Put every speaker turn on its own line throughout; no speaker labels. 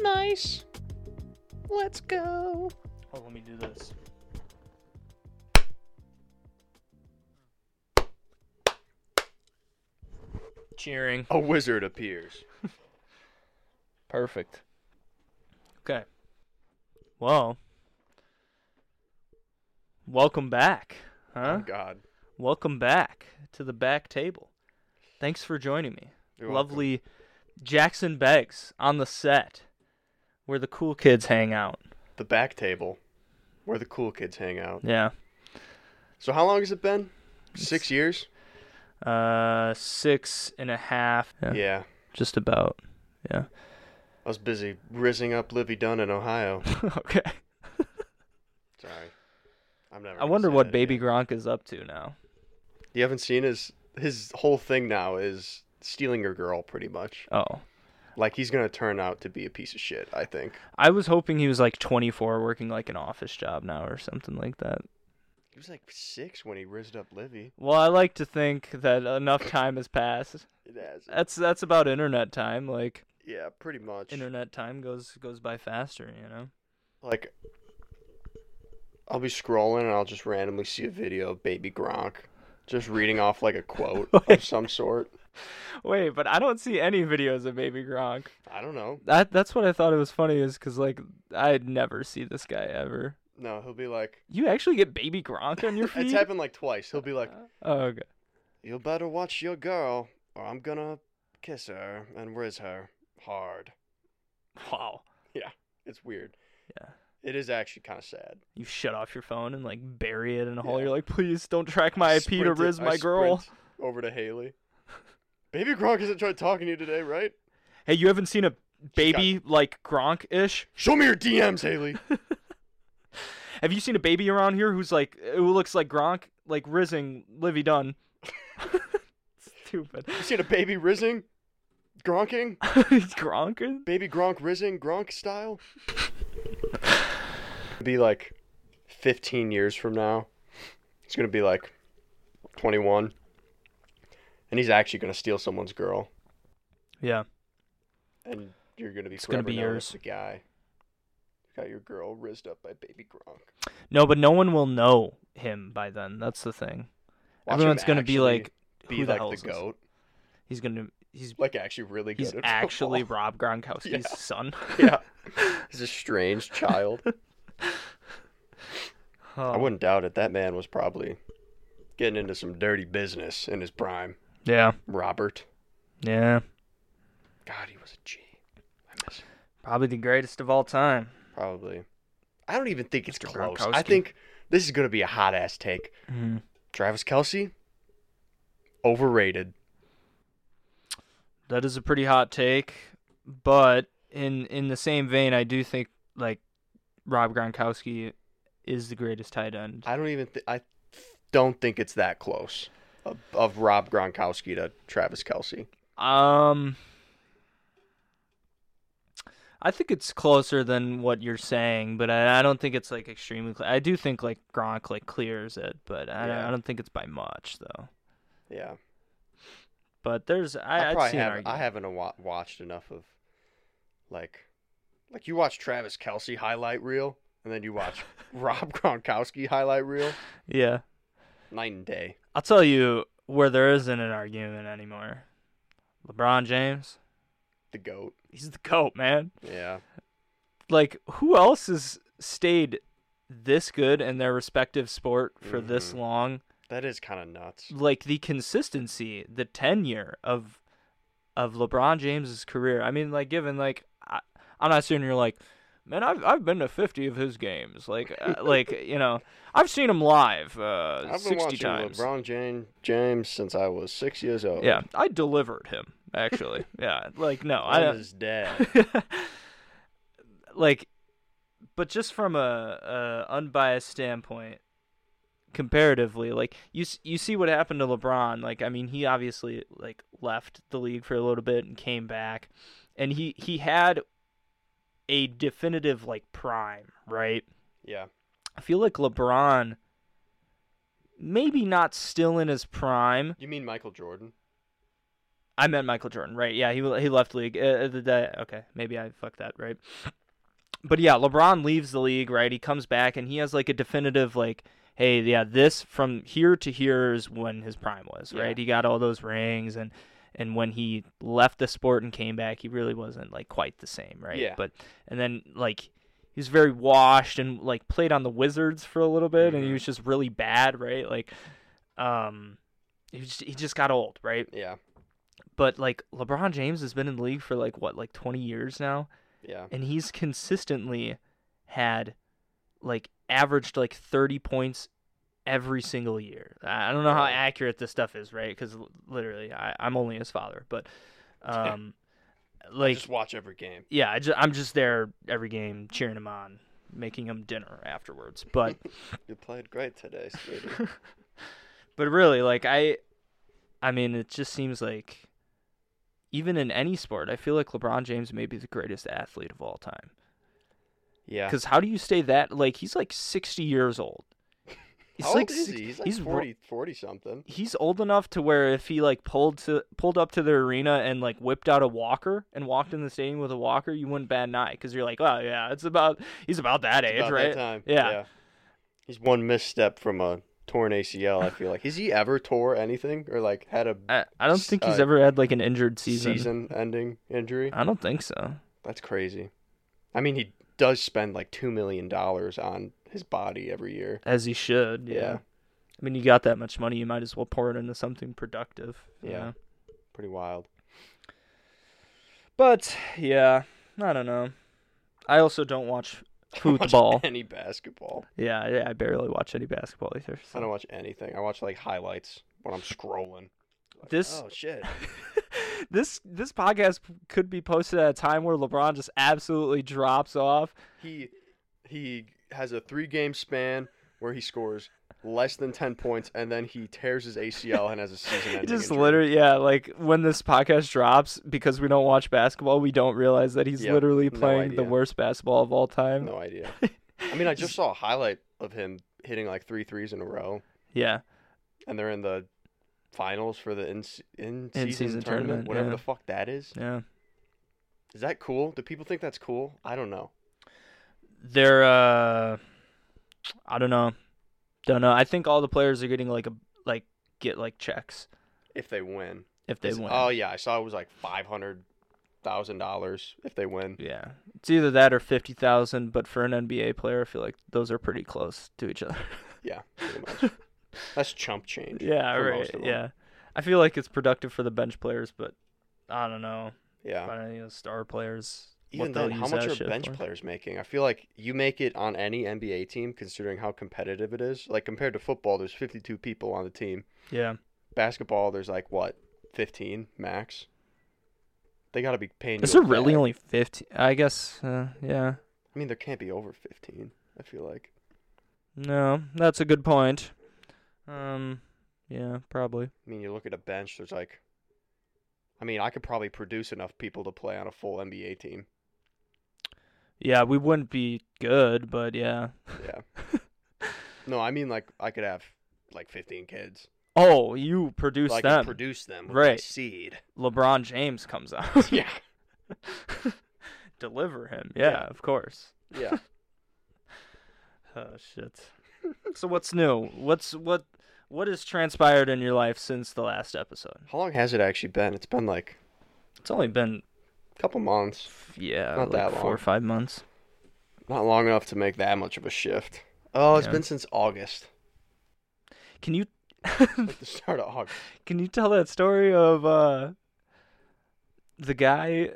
Nice. Let's go.
Oh, let me do this. Cheering.
A wizard appears.
Perfect. Okay. Well, welcome back,
Oh,
huh?
God.
Welcome back to the back table. Thanks for joining me.
You're welcome.
Lovely Jackson Beggs on the set where the cool kids hang out.
The back table, where the cool kids hang out.
Yeah.
So how long has it been? Six years.
Uh, six and a half. Yeah,
Yeah.
Just about. Yeah.
I was busy rizzing up Livy Dunn in Ohio.
okay.
Sorry. I'm never.
I
gonna
wonder
say
what
that
Baby
again.
Gronk is up to now.
You haven't seen his his whole thing now is stealing your girl, pretty much.
Oh.
Like he's gonna turn out to be a piece of shit. I think
I was hoping he was like 24 working like an office job now or something like that.
he was like six when he rizzed up Livy.
Well, I like to think that enough time has passed.
It has.
That's that's about internet time. Like
Yeah, pretty much.
internet time goes goes by faster, you know.
like I'll be scrolling and I'll just randomly see a video of Baby Gronk just reading off like a quote of some sort.
Wait, but I don't see any videos of Baby Gronk.
I don't know.
That that's what I thought it was funny is cuz like I'd never see this guy ever.
No, he'll be like
You actually get Baby Gronk on your feed?
it's happened like twice. He'll be like,
Oh, okay.
"You better watch your girl, or I'm gonna kiss her and riz her hard."
Wow.
It's weird.
Yeah.
It is actually kind of sad.
You shut off your phone and like bury it in a hole.
Yeah.
You're like, "Please don't track my IP to
Sprint it-
riz
I
my girl."
sprint over to Haley. Baby Gronk hasn't tried talking to you today, right?
Hey, you haven't seen a baby like Gronk ish?
Show me your DMs, Haley.
Have you seen a baby around here who's like who looks like Gronk, like rizzing Livy Dunn? Stupid.
You seen a baby rizzing, Gronking?
Gronk?
Baby Gronk Rizzing Gronk style? be like 15 years from now. He's going to be like 21. And he's actually going to steal someone's girl.
Yeah.
And you're going to be
It's gonna
forever
be
known
yours.
as the guy. who Got your girl rizzed up by Baby Gronk.
No, but no one will know him by then. That's the thing.
Watch him
Everyone's gonna be
actually
like,
be
who the
like
hell
the
is this?
goat.
He's gonna he's
Like actually really good
he's
at
actually
football.
Rob Gronkowski's
Yeah.
son.
yeah. He's a strange child. I
Oh,
wouldn't doubt it. That man was probably getting into some dirty business in his prime.
Yeah.
Robert.
Yeah.
God, he was a G. I miss him.
Probably the greatest of all time.
Probably. I don't even think it's
Mr.
close.
Gronkowski.
I think this is going to be a hot ass take.
Mhm.
Travis Kelsey, overrated.
That is a pretty hot take, but in in the same vein, I do think like Rob Gronkowski is the greatest tight end.
I don't even. Th- I don't think it's that close of, of Rob Gronkowski to Travis Kelsey.
Um, I think it's closer than what you're saying, but I, I don't think it's like extremely. Cl- I do think like Gronk like clears it, but I, don't-
Yeah.
I don't think it's by much though.
Yeah,
But there's I,
I,
I'd see
probably
an
haven't. I
argument.
haven't wa- watched enough of like like you watch Travis Kelsey highlight reel, and then you watch Rob Gronkowski highlight reel.
Yeah,
Night and day.
I'll tell you where there isn't an argument anymore. LeBron James,
The goat.
he's the goat, man.
Yeah.
like who else has stayed this good in their respective sport for this
Mhm.
long?
That is kind of nuts.
Like the consistency, the tenure of of LeBron James's career. I mean, like given like I, I'm not saying you're like, man, I've I've been to 50 of his games. Like uh, like you know, I've seen him live uh,
I've been
60
watching
times.
LeBron James, James since I was six years old.
Yeah, I delivered him actually. yeah, like no, I uh,
I was dead.
like but just from a, a unbiased standpoint comparatively like you s- you see what happened to LeBron like I mean he obviously like left the league for a little bit and came back and he he had a definitive like prime right
yeah.
I feel like LeBron maybe not still in his prime
You mean Michael Jordan?
I meant Michael Jordan, right? Yeah, he he left league. Uh, the day, okay, maybe I fucked that, right? But yeah, LeBron leaves the league, right? He comes back and he has like a definitive like, hey, yeah, this from here to here is when his prime was,
Yeah.
right? He got all those rings and and when he left the sport and came back, he really wasn't like quite the same, right?
Yeah.
But and then like he was very washed and like played on the Wizards for a little bit and he
Mhm.
was just really bad, right? Like um he just, he just got old, right?
Yeah.
But like LeBron James has been in the league for like what, like 20 years now
Yeah.
and he's consistently had like averaged like 30 points every single year. I I don't know how
Right.
accurate this stuff is, right? Cuz literally I I'm only his father, but um like
Just watch every game.
yeah, I just, I'm just there every game cheering him on, making him dinner afterwards. But
You played great today, sweetie.
but really, like I, I mean, it just seems like even in any sport, I feel like LeBron James may be the greatest athlete of all time.
Yeah.
Because how do you stay that like he's like 60 years old? He's
How
like
old is
six-
he? He's like
he's ro-
40, 40 something.
He's old enough to where if he like pulled to pulled up to the arena and like whipped out a walker and walked in the stadium with a walker, you wouldn't bat an eye because you're like, oh yeah, it's about he's about that age,
About that
right?
time.
Yeah.
He's one misstep from a torn ACL, I feel like. Has he ever tore anything or like had a
I, I don't think he's
Uh,
ever had like an injured season. Uh,
season ending injury?
I don't think so.
That's crazy. I mean, he does spend like $2 million on his body every year.
As he should. Yeah.
Yeah.
I mean, you got that much money, you might as well pour it into something productive. you
Yeah.
know?
Pretty wild.
But yeah, I don't know. I also don't watch
I don't watch
football.
Any basketball.
yeah, I, I barely watch any basketball either.
I
So.
don't watch anything. I watch like highlights when I'm scrolling. Like,
This-
Oh, shit.
this this podcast could be posted at a time where LeBron just absolutely drops off.
He he has a three game span where he scores less than ten points, and then he tears his ACL and has a season ending.
just
injury.
literally, yeah, like when this podcast drops, because we don't watch basketball, we don't realize that he's
Yeah,
literally
no
playing the
idea.
worst basketball of all time.
no idea. I mean, I just saw a highlight of him hitting like three threes in a row,
Yeah.
and they're in the finals for the in in season
In-season
tournament,
tournament,
whatever
yeah.
the fuck that is.
Yeah.
Is that cool? Do people think that's cool? I don't know.
they're uh I don't know. Don't know. I think all the players are getting like a like get like checks
If they win,
if they
Is-
win.
Oh yeah, I saw it was like five hundred thousand dollars if they win.
Yeah. It's either that or 50,000, but for an NBA player, I feel like those are pretty close to each other.
Yeah, pretty much. That's chump change.
yeah,
for
right.
most of 'em.
Yeah. I feel like it's productive for the bench players, but I don't know.
Yeah.
About any of the star players.
Even
what they'll
then, how
use
much
that
are
shit
bench
for.
players making? I feel like you make it on any NBA team, considering how competitive it is. Like compared to football, there's 52 people on the team.
Yeah.
Basketball, there's like what, 15 max. They got to be paying.
Is
you
there
a
really
bag.
only 50? I guess, uh, yeah.
I mean, there can't be over 15. I feel like.
No, that's a good point. Um, yeah, probably.
I mean, you look at a bench. There's like. I mean, I could probably produce enough people to play on a full NBA team.
Yeah, we wouldn't be good, but yeah.
Yeah. no, I mean like I could have like 15 kids.
Oh, you produce
Like
them.
produce them with my
Right.
seed.
LeBron James comes out.
yeah.
Deliver him. Yeah,
Yeah.
of course.
Yeah.
Oh shit. so what's new? What's what what has transpired in your life since the last episode?
How long has it actually been? It's been like
It's only been
a couple months.
yeah,
Not
like
that
four
long.
or five months.
Not long enough to make that much of a shift. Oh, it's
Yeah.
been since August.
Can you
Like the start of August.
can you tell that story of uh the guy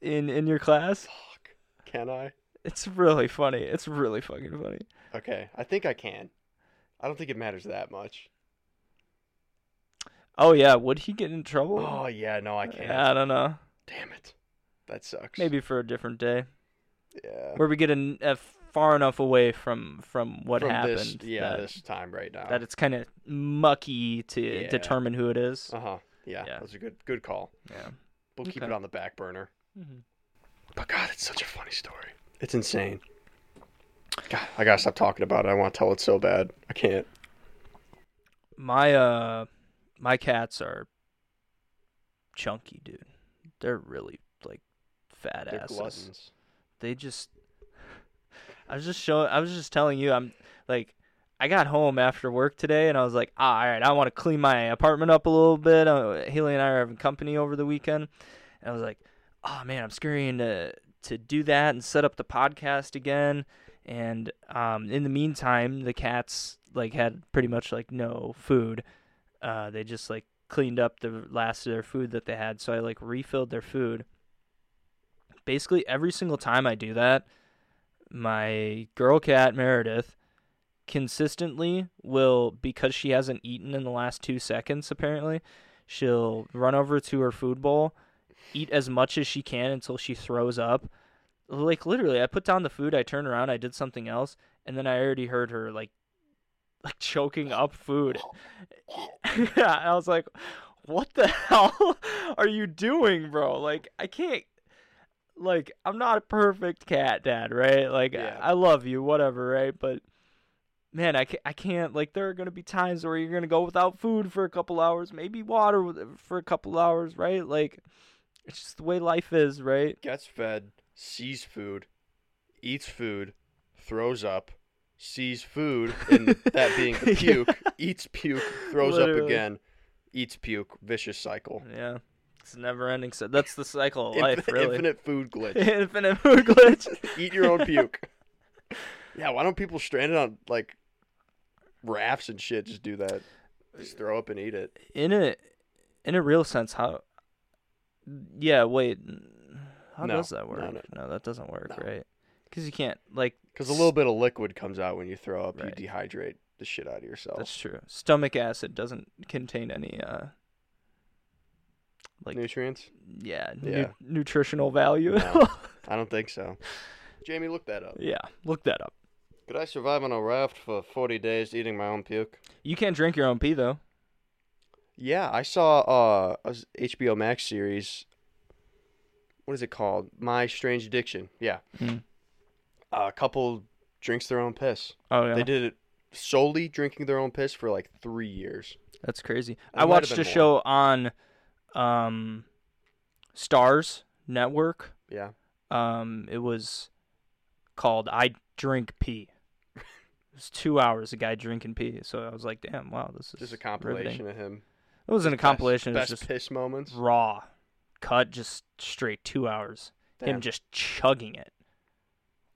in in your class?
Fuck. Can I?
It's really funny. It's really fucking funny.
Okay. I think I can. I don't think it matters that much.
Oh yeah, would he get in trouble?
Oh yeah, no, I can't.
Yeah, I don't know.
Damn it. That sucks.
Maybe for a different day,
Yeah.
where we get an, uh, far enough away from from what
From
happened.
this, yeah,
that,
this time right now.
that it's kind of mucky to
Yeah.
determine who it is.
Uh huh. Yeah,
Yeah.
That's a good good call.
Yeah.
We'll keep
Okay.
it on the back burner.
Mhm.
But God, it's such a funny story. It's insane. God, I gotta stop talking about it. I want to tell it so bad. I can't.
My uh, my cats are chunky, dude. They're really like fat
They're
asses.
gluttons.
They just. I was just showing. I was just telling you. I'm like, I got home after work today, and I was like, ah, all right, I want to clean my apartment up a little bit. Uh, Haley and I are having company over the weekend, and I was like, oh man, I'm scurrying to to do that and set up the podcast again. And um, in the meantime, the cats like had pretty much like no food. Uh, they just like cleaned up the last of their food that they had, so I like refilled their food. Basically, every single time I do that, my girl cat Meredith consistently will because she hasn't eaten in the last two seconds. Apparently, she'll run over to her food bowl, eat as much as she can until she throws up. Like literally, I put down the food, I turn around, I did something else, and then I already heard her like like choking up food. yeah, I was like, "What the hell are you doing, bro? Like, I can't. Like, I'm not a perfect cat dad, right? Like,
Yeah.
I I love you, whatever, right? But man, I can't, I can't. Like, there are gonna be times where you're gonna go without food for a couple hours, maybe water with- for a couple hours, right? Like, it's just the way life is, right?
Gets fed, sees food, eats food, throws up, sees food, and that being the puke, eats puke, throws up
Literally.
again, eats puke, vicious cycle.
Yeah, it's a never ending. So that's the cycle of life,
Infinite-
really.
Infinite food glitch.
Infinite food glitch.
Eat your own puke. Yeah, why don't people stranded on like rafts and shit just do that? Just throw up and eat it.
in a in a real sense how yeah wait how
No,
does that
no,
work
no.
that doesn't work
No.
right because you can't like
Because a little bit of liquid comes out when you throw up.
Right.
You dehydrate the shit out of yourself.
that's true stomach acid doesn't contain any uh like
Nutrients?
yeah, nu-
Yeah.
nutritional value
No. I don't think so. Jamie, look that up.
yeah look that up
Could I survive on a raft for 40 days eating my own puke?
you can't drink your own pee though
Yeah, I saw uh, a s- HBO Max series. What is it called? My Strange Addiction. Yeah. Uh,
Hmm.
a couple drinks their own piss.
oh yeah
They did it solely drinking their own piss for like three years.
That's crazy.
There
I
might have
watched a
been more.
show on um Stars Network.
Yeah.
Um it was called I Drink Pee. It was two hours a guy drinking pee. So I was like, damn, wow, this is
Just a
riveting.
compilation of him.
It wasn't a compilation,
Best,
it was
best
just
piss moments.
raw. Cut just straight two hours.
Damn.
Him just chugging it.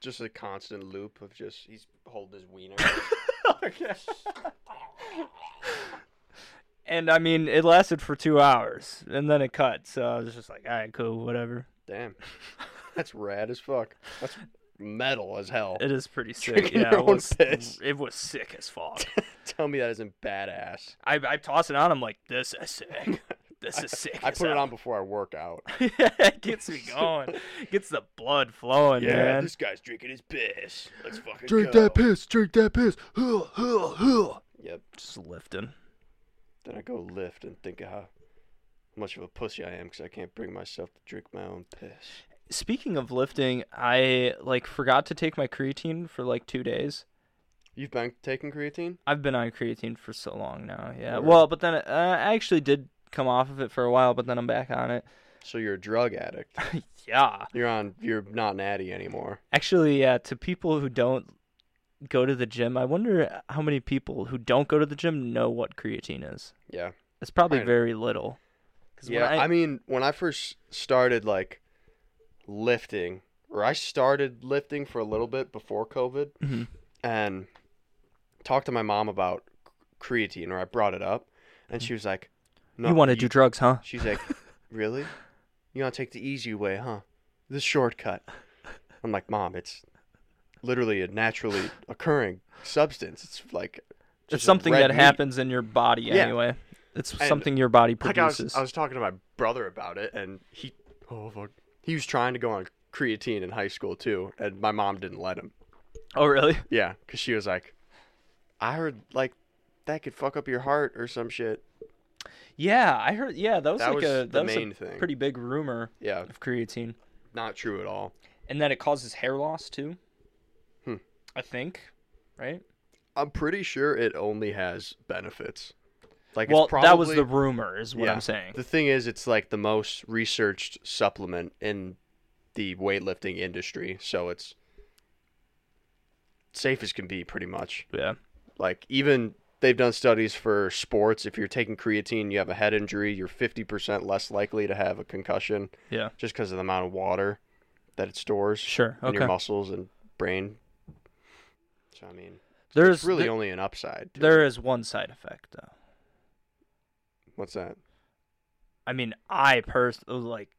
just a constant loop of just he's holding his wiener.
And I mean, it lasted for two hours, and then it cut. So I was just like, "All right, cool, whatever."
Damn, that's rad as fuck. That's metal as hell.
It is pretty sick.
Drinking
yeah,
your
it
own
was
piss.
it was sick as fuck.
Tell me that isn't badass.
I I toss it on. I'm like, this is sick. This is sick.
I
as
put it
hell."
on before I work out.
it gets me going. Gets the blood flowing,
Yeah,
man.
this guy's drinking his piss. Let's fucking
Drink
go.
that piss. Drink that piss. Huh, huh, huh.
Yep.
Just lifting.
Then I go lift and think of how much of a pussy I am because I can't bring myself to drink my own piss.
Speaking of lifting, I like forgot to take my creatine for like two days.
You've been taking creatine?
I've been on creatine for so long now. Yeah.
Word.
Well, but then uh, I actually did come off of it for a while, but then I'm back on it.
So you're a drug addict.
yeah.
You're on. You're not an addy anymore.
Actually, yeah, to people who don't go to the gym, I wonder how many people who don't go to the gym know what creatine is.
Yeah.
It's probably
I-
very little. 'Cause when
Yeah,
I-
I, mean, when I first started like lifting, or I started lifting for a little bit before COVID,
Mhm.
and talked to my mom about creatine, or I brought it up, and she was like, "No,
you want to do drugs, huh?
She's like, "Really? You want to take the easy way, huh? The shortcut?" I'm like, "Mom, it's literally a naturally occurring substance. It's like
It's
just
something
red
that
meat."
happens in your body
Yeah.
anyway. It's something your body
like I was,
produces.
I was talking to my brother about it, and he, oh fuck, he was trying to go on creatine in high school too, and my mom didn't let him.
oh, really?
Yeah, because she was like, I heard like that could fuck up your heart or some shit.
Yeah, I heard. Yeah, that was
That
like
was
a
the
that was
main
a
thing.
pretty big rumor
Yeah,
of creatine,
not true at all.
and that it causes hair loss too.
Hmm.
I think, right?
I'm pretty sure it only has benefits. Like
well,
it's probably,
that was the rumor, is what
Yeah.
I'm saying.
The thing is, it's like the most researched supplement in the weightlifting industry, so it's safe as can be, pretty much.
Yeah.
Like even they've done studies for sports. If you're taking creatine, you have a head injury, you're 50% less likely to have a concussion.
Yeah.
Just because of the amount of water that it stores
Sure.
in
Okay.
your muscles and brain. So I mean,
There's
it's really
there-
only an upside. to it.
there is one side effect though.
What's that?
I mean, I pers like,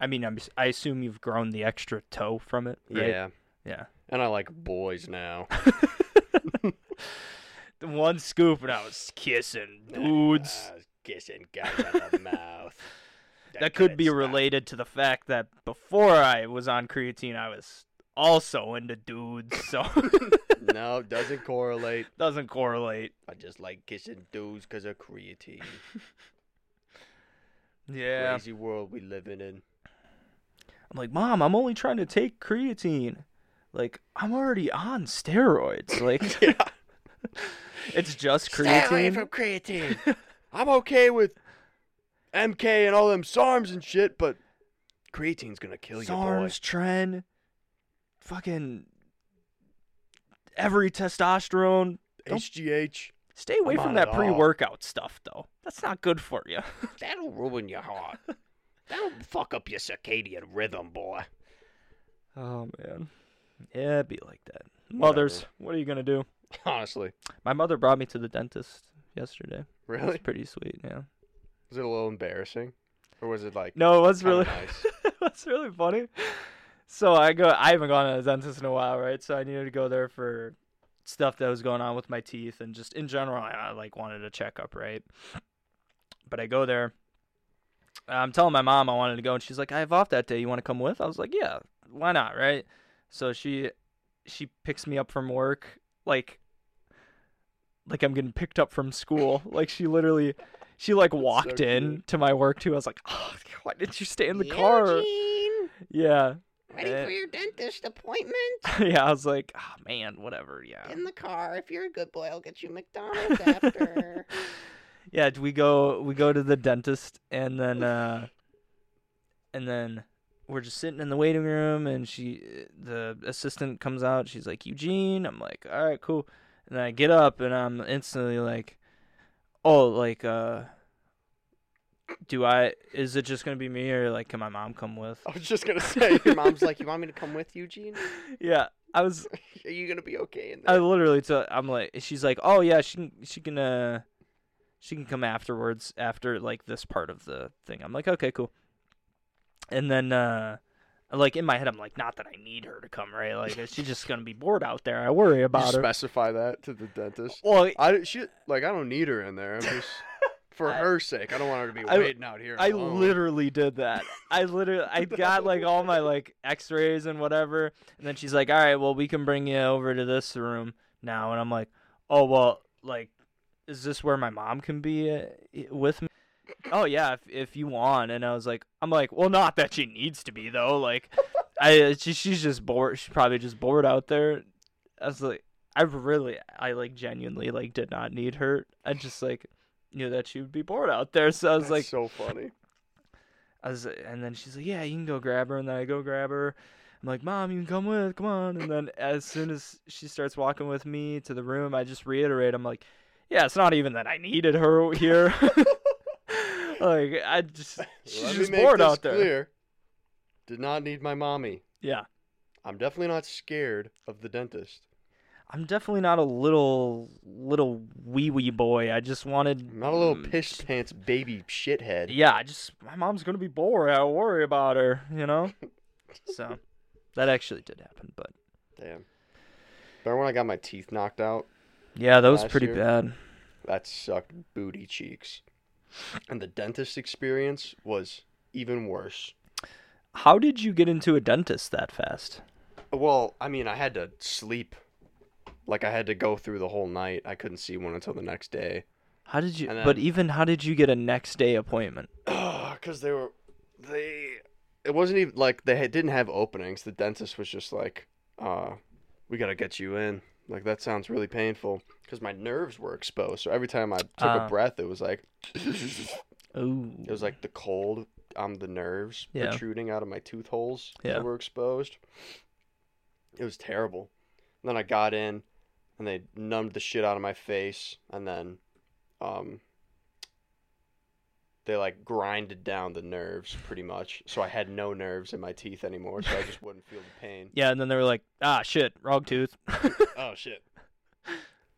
I mean, I'm, I assume you've grown the extra toe from it, right?
Yeah.
Yeah.
And I like boys now.
The one scoop, and I was kissing dudes.
Uh, kissing guys on the mouth.
that could be
couldn't stop.
related to the fact that before I was on creatine, I was also into dudes, so
no, doesn't correlate.
doesn't correlate.
I just like kissing dudes because of creatine.
Yeah.
Crazy world we living in.
I'm like, Mom, I'm only trying to take creatine. Like, I'm already on steroids. Like,
Yeah.
it's just
Stay away
creatine.
from creatine. I'm okay with MK and all them SARMs and shit, but creatine's gonna kill you, boy.
SARMs, Tren, fucking every testosterone. don't-
HGH.
Stay away
I'm
from
on
that
it all.
pre-workout stuff, though. That's not good for you.
That'll ruin your heart. That'll fuck up your circadian rhythm, boy.
Oh man, yeah, it'd be like that. Mothers, what are you gonna do?
Honestly.
My mother brought me to the dentist yesterday. It was
Really?
pretty sweet. Yeah.
Was it a little embarrassing? Or was it like
No, it was
kinda
really.
nice?
That's really funny. So I go. I haven't gone to the dentist in a while, right? So I needed to go there for stuff that was going on with my teeth and just in general. I, I like wanted a checkup, right? But I go there. I'm telling my mom I wanted to go, and she's like, "I have off that day. You want to come with?" I was like, "Yeah, why not?" Right? So she she picks me up from work, like like I'm getting picked up from school. like she literally. She like walked in
cute.
to my work too. I was like, "Oh, why didn't you stay in the car?" Yeah.
Ready
Eh.
for your dentist appointment?
yeah, I was like, oh, man, whatever. Yeah.
In the car. If you're a good boy, I'll get you McDonald's after.
Yeah, we go we go to the dentist and then uh and then we're just sitting in the waiting room and she the assistant comes out, she's like, "Eugene." I'm like, "All right, cool." And I get up and I'm instantly like, "Oh, like uh do I is it just going to be me or like can my mom come with?"
I was just gonna say
your
your
mom's
mom's like, You want me to come with you, Gene?
Yeah. I was
Are you gonna be okay in
I literally told. I'm like, she's like, oh yeah, she can, she can, uh, she can come afterwards after like this part of the thing. I'm like, okay, cool. And then, uh, like in my head, I'm like, not that I need her to come, right? Like she's just gonna be bored out there. I worry about her.
specify that to the dentist.
Well,
I she like I don't need her in there. I'm just for
I-
her sake. I don't want her to be
I-
waiting out here.
I
alone.
literally did that. I literally, I got like all my like X-rays and whatever, and then she's like, all right, well, we can bring you over to this room now, and I'm like, oh well, like, is this where my mom can be uh, i- with me? Oh yeah, if if you want. And I was like, I'm like, well, not that she needs to be though. Like, I uh, she, she's just bored. She's probably just bored out there. I was like, I really, I like genuinely like did not need her. I just like knew that she would be bored out there. So I was
That's
like,
so funny.
I was, and then she's like, "Yeah, you can go grab her." And then I go grab her. I'm like, "Mom, you can come with. Come on." And then as soon as she starts walking with me to the room, I just reiterate, "I'm like, yeah, it's not even that I needed her here. like, I just she's
Let me
just
make
bored
this
out there.
Clear. Did not need my mommy.
Yeah,
I'm definitely not scared of the dentist.
I'm definitely not a little little wee wee boy. I just wanted
I'm not a little
Mm,
piss pants baby shithead.
Yeah, I just my mom's gonna be bored. I worry about her, you know. so that actually did happen, but
Damn. Remember when I got my teeth knocked out?
yeah, that was
Last
pretty
year?
bad.
That sucked booty cheeks. And the dentist experience was even worse.
How did you get into a dentist that fast?
Well, I mean, I had to sleep. Like I had to go through the whole night. I couldn't see one until the next day.
How did you?
And
but
then-
even how did you get a next day appointment?
Because they were, they, it wasn't even like they had, didn't have openings. The dentist was just like, uh, we gotta get you in. Like that sounds really painful because my nerves were exposed. So every time I took
Ah.
a breath, it was like it
Ooh.
was like the cold on the nerves
Yeah.
protruding out of my tooth holes
Yeah.
that were exposed. It was terrible. And then I got in, and they numbed the shit out of my face, and then, um. They like grinded down the nerves pretty much, so I had no nerves in my teeth anymore, so I just wouldn't feel the pain.
Yeah, and then they were like, ah, shit, wrong tooth.
Oh shit.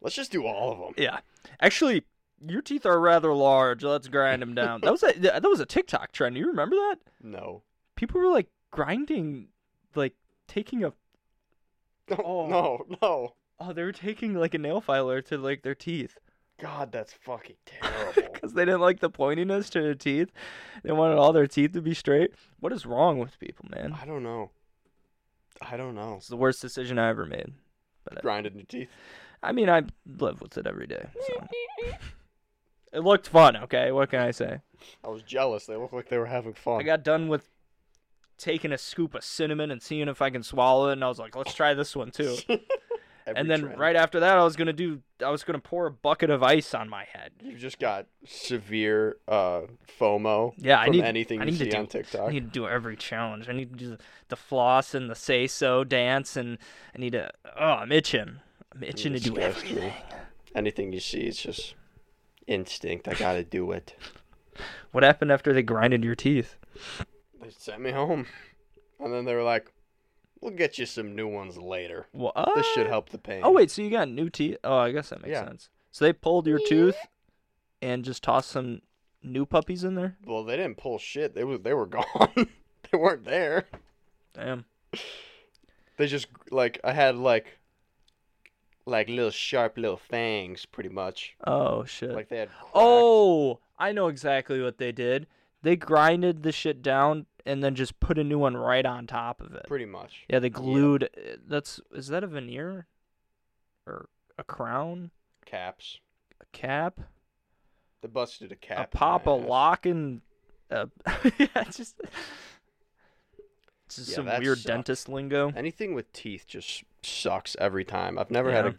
Let's just do all of them.
yeah, actually, your teeth are rather large. Let's grind them down. That was a that was a TikTok trend. You remember that?
No.
People were like grinding, like taking a
No.
Oh.
No. No.
oh, they were taking like a nail filer to like their teeth
God, that's fucking terrible.
because they didn't like the pointiness to their teeth. They wanted all their teeth to be straight. What is wrong with people, man?
I don't know. I don't know.
It's the worst decision I ever made.
Grinded your teeth.
I mean, I live with it every day. So. it looked fun. Okay, what can I say?
I was jealous. They looked like they were having fun.
I got done with taking a scoop of cinnamon and seeing if I can swallow it, and I was like, let's try this one too.
Every
and then
trend.
right after that, I was gonna do, I was gonna pour a bucket of ice on my head.
you just got severe uh FOMO
Yeah, I
from
need-
anything
I
you
need to
see
do-
on TikTok.
I need to do every challenge. I need to do the, the floss and the say so dance, and I need to. Oh, I'm itching. I'm itching to do
Disgust me.
everything.
Anything you see, it's just instinct. I gotta do it.
What happened after they grinded your teeth?
They sent me home, and then they were like, "We'll get you some new ones later.
What?
This should help the pain."
Oh wait, so you got new teeth? Oh, I guess that makes
Yeah.
sense. So they pulled your tooth and just tossed some new puppies in there.
Well, they didn't pull shit. They was they were gone. they weren't there.
Damn.
They just like I had like like little sharp little fangs, pretty much.
Oh shit.
Like they had. cracks.
oh, I know exactly what they did. They grinded the shit down and then just put a new one right on top of it.
pretty much.
Yeah, they glued. uh, That's is that a veneer or a crown,
Caps.
a cap,
They busted a cap. in my
a pop, a
ass.
lock, and a yeah, just. This is
Yeah,
some
that
weird
sucks.
dentist lingo.
Anything with teeth just sucks every time. I've never had
Yeah.
a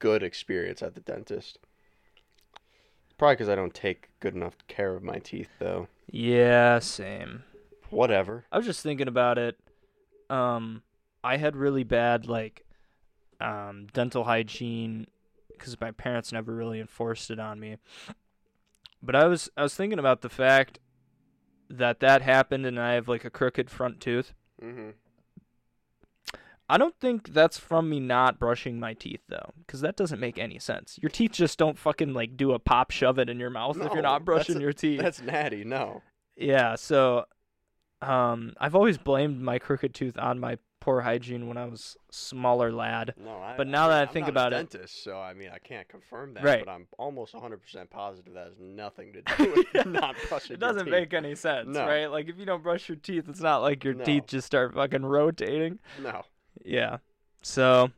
good experience at the dentist. Probably because I don't take good enough care of my teeth, though.
Yeah, same.
Whatever.
I was just thinking about it. Um, I had really bad like um, dental hygiene because my parents never really enforced it on me. But I was I was thinking about the fact that that happened, and I have like a crooked front tooth.
Mm-hmm.
I don't think that's from me not brushing my teeth though, because that doesn't make any sense. Your teeth just don't fucking like do a pop shove it in your mouth if
No,
you're not
that's
brushing
a-
your teeth.
That's natty. No.
Yeah, so um I've always blamed my crooked tooth on my poor hygiene when I was smaller lad.
No, I,
But now that I
I'm
think
not
about
a
it-
dentist, so I mean, I can't confirm that,
Right.
but I'm almost 100% positive that has nothing to do with not brushing.
It doesn't
your teeth.
make any sense,
No.
right? Like if you don't brush your teeth, it's not like your
No.
teeth just start fucking rotating.
No,
Yeah. So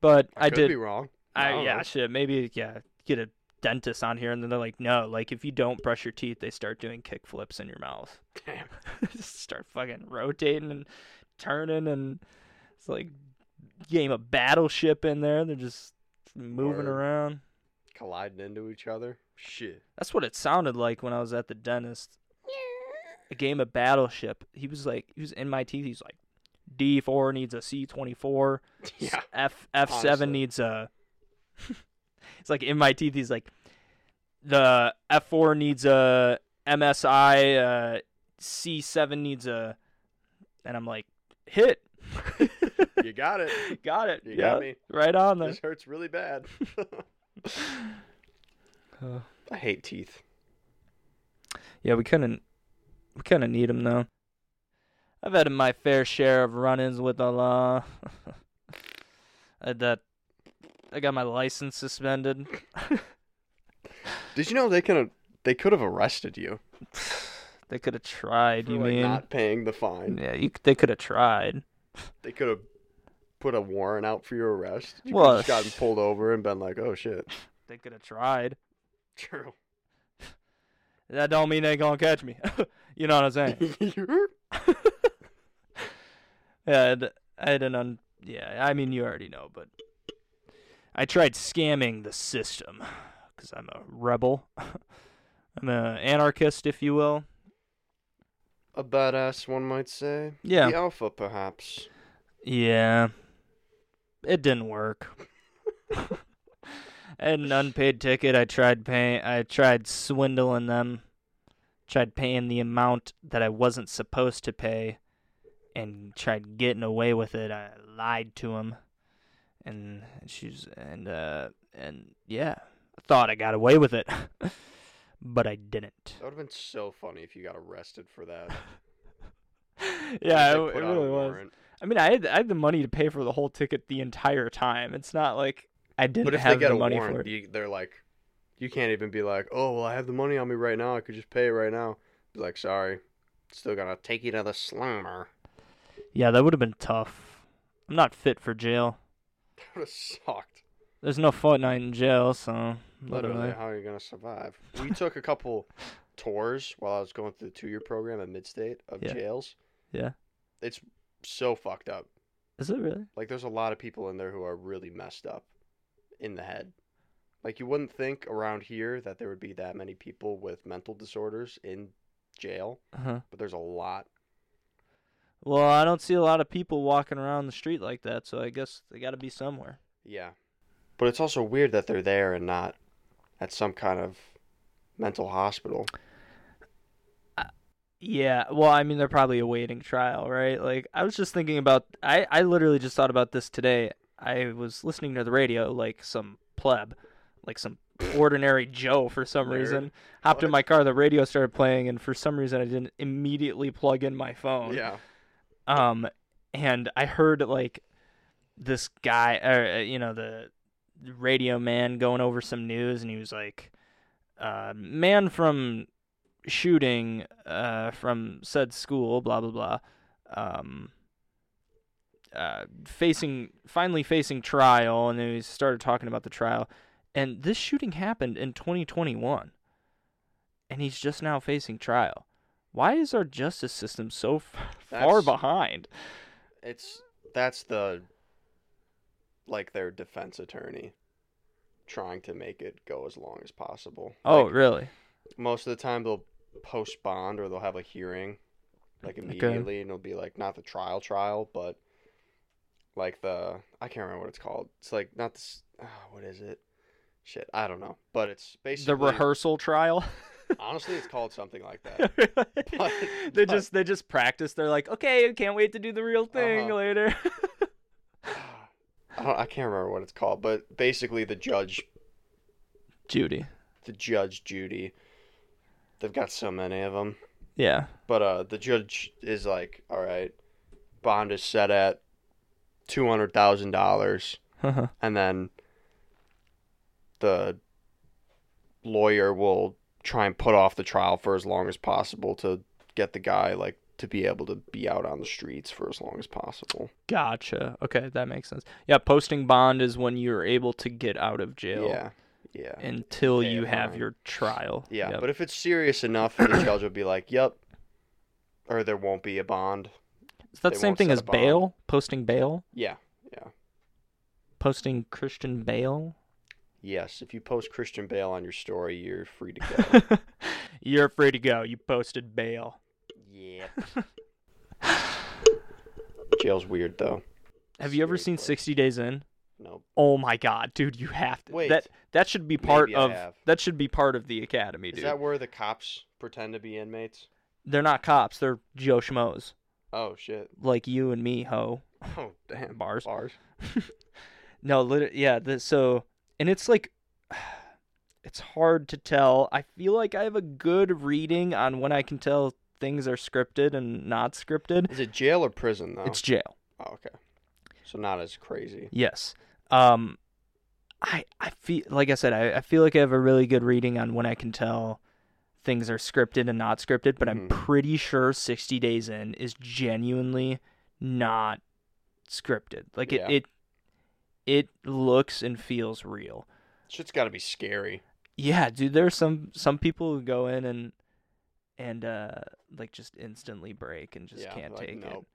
but I,
I, could
did
be wrong. I
I
don't
yeah,
know.
shit, maybe yeah, get a dentist on here and then they're like, "No, like if you don't brush your teeth, they start doing kick flips in your mouth."
Damn.
start fucking rotating and turning and it's like game of battleship in there. They're just moving
Word.
around.
Colliding into each other. Shit.
That's what it sounded like when I was at the dentist. A game of battleship. He was like he was in my teeth. He's like D four needs a C twenty four.
Yeah.
F F seven
Honestly.
needs a It's like in my teeth he's like the F four needs a MSI uh C seven needs a and I'm like, hit.
You got it.
got it.
You
yeah.
got me.
Right on there.
This hurts really bad. I hate teeth.
Yeah, we couldn't we kinda need him though. I've had my fair share of run ins with the law. I had that I got my license suspended.
Did you know they can they could have arrested you
They could have tried.
for
you
like
mean?
not paying the fine?
Yeah, you, c- they could have tried.
They could have put a warrant out for your arrest. You could
Well,
have just gotten pulled over and been like, "Oh shit."
They could have tried.
True.
That don't mean they gonna catch me. you know what I'm saying? yeah, I'd- I had an un. Yeah, I mean you already know, but I tried scamming the system because I'm a rebel. I'm an anarchist, if you will.
A badass, one might say.
Yeah.
The alpha, perhaps.
Yeah. It didn't work. I had an unpaid ticket. I tried paying. I tried swindling them. Tried paying the amount that I wasn't supposed to pay, and tried getting away with it. I lied to him, and she's and uh and yeah, I thought I got away with it, but I didn't.
That would have been so funny if you got arrested for that.
yeah, it,
They
it
put out a
really was.
warrant.
I mean, I had I had the money to pay for the whole ticket the entire time. It's not like I didn't
But if they
have
get
the
a
money for
warrant,
it.
you, they're like, you can't even be like, oh, well, I have the money on me right now. I could just pay it right now. Be like, sorry. Still gonna take you to the slammer.
Yeah, that would have been tough. I'm not fit for jail.
That would have sucked.
There's no Fortnite in jail, so
Literally,
literally.
how are you gonna survive? We took a couple tours while I was going through the two-year program at Midstate of
Yeah.
jails.
Yeah.
It's so fucked up.
Is it really?
Like, there's a lot of people in there who are really messed up in the head. Like, you wouldn't think around here that there would be that many people with mental disorders in jail,
Uh-huh.
but there's a lot.
Well, I don't see a lot of people walking around the street like that, so I guess they got to be somewhere.
Yeah. But it's also weird that they're there and not at some kind of mental hospital.
Yeah, well, I mean, they're probably awaiting trial, right? Like, I was just thinking about, I, I literally just thought about this today. I was listening to the radio, like some pleb, like some ordinary Joe for some
Nerd.
reason. Hopped in
What?
my car, the radio started playing, and for some reason, I didn't immediately plug in my phone.
Yeah.
Um, and I heard like this guy, or uh, you know, the radio man going over some news, and he was like, uh, "Man from shooting, uh, from said school, blah blah blah, um, uh, facing finally facing trial," and then he started talking about the trial, and this shooting happened in 2021, and he's just now facing trial. Why is our justice system so f- far
That's-
behind?
It's that's the like their defense attorney trying to make it go as long as possible.
Oh,
Like,
really?
most of the time they'll post bond or they'll have a hearing like
Okay.
immediately and it'll be like not the trial trial but like the i can't remember what it's called it's like not this ah, what is it shit i don't know but it's basically
The rehearsal trial.
honestly it's called something like that
Really?
But-
they
but-
just they just practice. They're like, okay, I can't wait to do the real thing
Uh-huh.
later.
I, don't, I can't remember what it's called but basically the judge
Judy.
the judge judy they've got so many of them
Yeah.
But uh, the judge is like, all right, bond is set at two hundred thousand dollars,
Uh-huh.
and then the lawyer will try and put off the trial for as long as possible to get the guy like to be able to be out on the streets for as long as possible.
Gotcha. Okay, that makes sense. Yeah, posting bond is when you're able to get out of jail
Yeah, yeah,
until
Okay,
you have
fine.
your trial.
yeah.
Yep.
But if it's serious enough, the judge will be like, "Yep," or there won't be a bond.
is that
they
the same
won't
thing
set
as
a bond.
bail? Posting bail?
Yeah, yeah,
Posting Christian bail?
yes. If you post Christian Bale on your story, you're free to go.
you're free to go. You posted bail.
Yeah. Jail's weird though.
Have you ever
Scary
seen
place.
60 Days In?
Nope.
Oh my god, dude, you have to.
Wait.
That that should be part
Maybe I
of
have.
that should be part of the academy,
Is
dude.
that where the cops pretend to be inmates?
They're not cops, they're Joe Schmoes.
Oh shit.
Like you and me, ho.
Oh damn.
Bars.
Bars.
No, lit- yeah, the, so and it's like it's hard to tell. I feel like I have a good reading on when I can tell things are scripted and not scripted.
Is it jail or prison though?
It's jail.
Oh, okay. So not as crazy.
Yes. Um I I feel like I said, I, I feel like I have a really good reading on when I can tell things are scripted and not scripted, but I'm
Mhm.
pretty sure sixty days in is genuinely not scripted. Like it
Yeah.
it it looks and feels real.
Shit's gotta be scary.
Yeah, dude, there's some some people who go in and and uh like just instantly break and just
Yeah,
can't
like,
take it.
nope,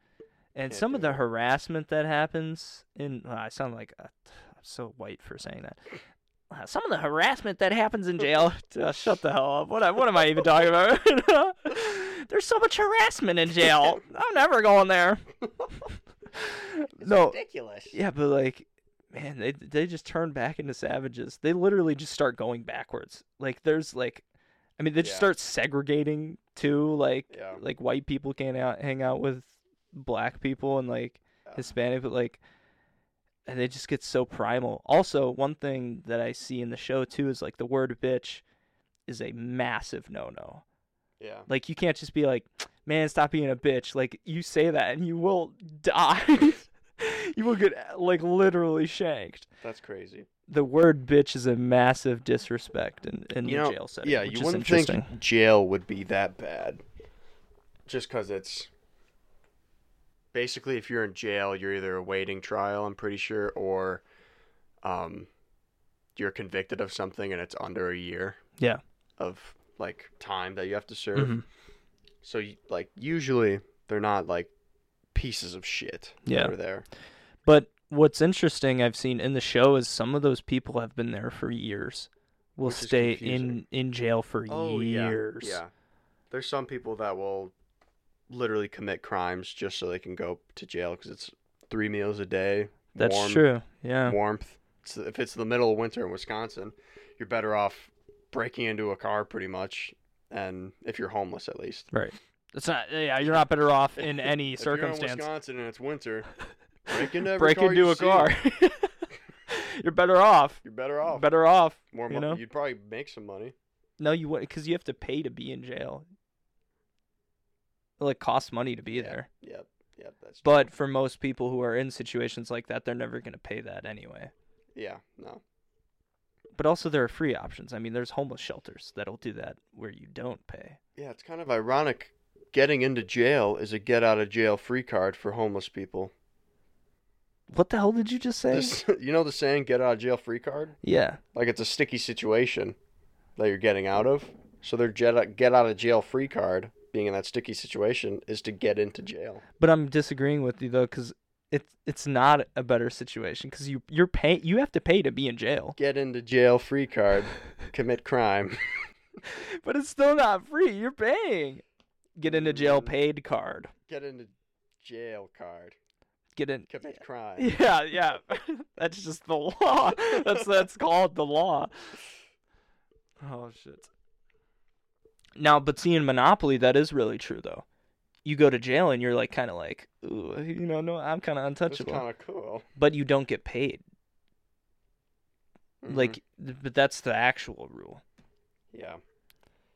And
can't
some of
do
the
it.
harassment that happens in well, I uh, sound like a, so white for saying that. Uh, Some of the harassment that happens in jail. Uh, shut the hell up. What, I- what am I even talking about? There's so much harassment in jail. I'm never going there.
It's
no.
ridiculous.
Yeah, but like, man, they they just turn back into savages. They literally just start going backwards. Like, there's like, I mean, they just
Yeah.
start segregating too. Like,
Yeah.
like white people can't out, hang out with black people and like
Yeah.
Hispanic, but like, and they just get so primal. Also, one thing that I see in the show too is like the word bitch is a massive no no.
Yeah.
Like you can't just be like, man, stop being a bitch. Like you say that and you will die. you will get like literally shanked.
That's crazy.
The word bitch is a massive disrespect in, in
You
the
know,
jail setting.
Yeah,
which
you
is
wouldn't think
interesting.
jail would be that bad. Just because it's basically if you're in jail, you're either awaiting trial, I'm pretty sure, or um, you're convicted of something and it's under a year.
Yeah.
Of like time that you have to serve.
Mhm.
So you, like usually they're not like pieces of shit
Yeah.
that are there.
But what's interesting I've seen in the show is some of those people have been there for years. Will
Which is
stay in
confusing.
in jail for years.
Oh, yeah. Yeah. There's some people that will literally commit crimes just so they can go to jail because it's three meals a day.
That's
warm,
true. Yeah.
Warmth. It's, if it's the middle of winter in Wisconsin, you're better off breaking into a car pretty much. And if you're homeless, at least.
It's not yeah, you're not better off in any
If you're in
circumstance.
Wisconsin and it's winter, break into every
Break
car
into
you
a
see.
car. you're better off.
You're better off.
Better off.
More
you
mo-
know?
You'd probably make some money.
No, you wouldn't, because you have to pay to be in jail. It like costs money to be there.
Yep. Yep. That's true.
But for most people who are in situations like that, they're never going to pay that anyway.
yeah. No.
But also, there are free options. I mean, there's homeless shelters that'll do that where you don't pay.
Yeah, it's kind of ironic. Getting into jail is a get out of jail free card for homeless people.
What the hell did you just say?
This, you know the saying, get out of jail free card?
Yeah.
Like it's a sticky situation that you're getting out of. So their jet out, get out of jail free card, being in that sticky situation, is to get into jail.
But I'm disagreeing with you, though, because it's, it's not a better situation because you, you're pay, you have to pay to be in jail.
Get into jail free card, commit crime.
But it's still not free. You're paying. Get into jail
Mm.
paid card.
Get into jail card,
Get in.
commit crime.
Yeah, yeah. that's just the law. That's that's called the law. Oh shit. Now, but see in Monopoly, that is really true though. You go to jail and you're like kind of like, ooh, you know, no, I'm kind of
That's
untouchable.
kind of cool.
But you don't get paid.
Mhm.
Like, th- but that's the actual rule.
Mm-hmm. yeah.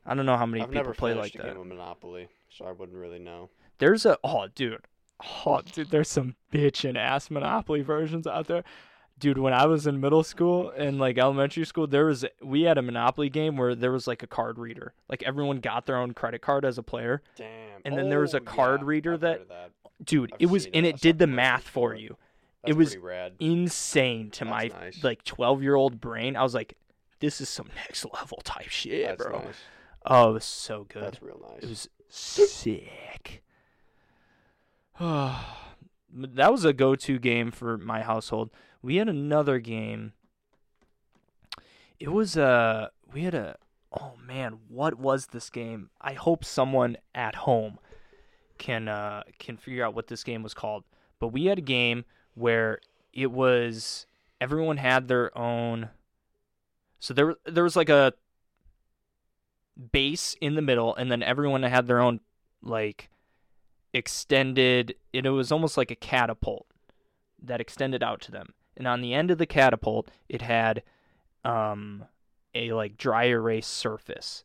I don't know how many
I've
people
never
play
played
like
a
that.
game of Monopoly, so I wouldn't really know.
There's a oh dude. Oh dude, there's some bitchin' ass Monopoly versions out there. Dude, when I was in middle school and like elementary school, there was we had a Monopoly game where there was like a card reader. Like everyone got their own credit card as a player.
Damn.
And then there was a
Oh,
card
yeah,
reader
I've heard
that-
of that.
Dude,
I've
it was
seen
and
it.
it
I
did
saw
the
it
math
once
for
before.
you.
That's
was-
pretty rad.
Insane to
That's
my
nice.
like 12-year-old brain. I was like, this is some next level type shit,
That's
bro.
nice.
Oh, it was so good.
That's real nice.
It was sick. that was a go-to game for my household. We had another game. It was a we had a oh man, what was this game? I hope someone at home can uh can figure out what this game was called. But we had a game where it was everyone had their own so there there was like a base in the middle and then everyone had their own like extended it, it was almost like a catapult that extended out to them and on the end of the catapult it had um a like dry erase surface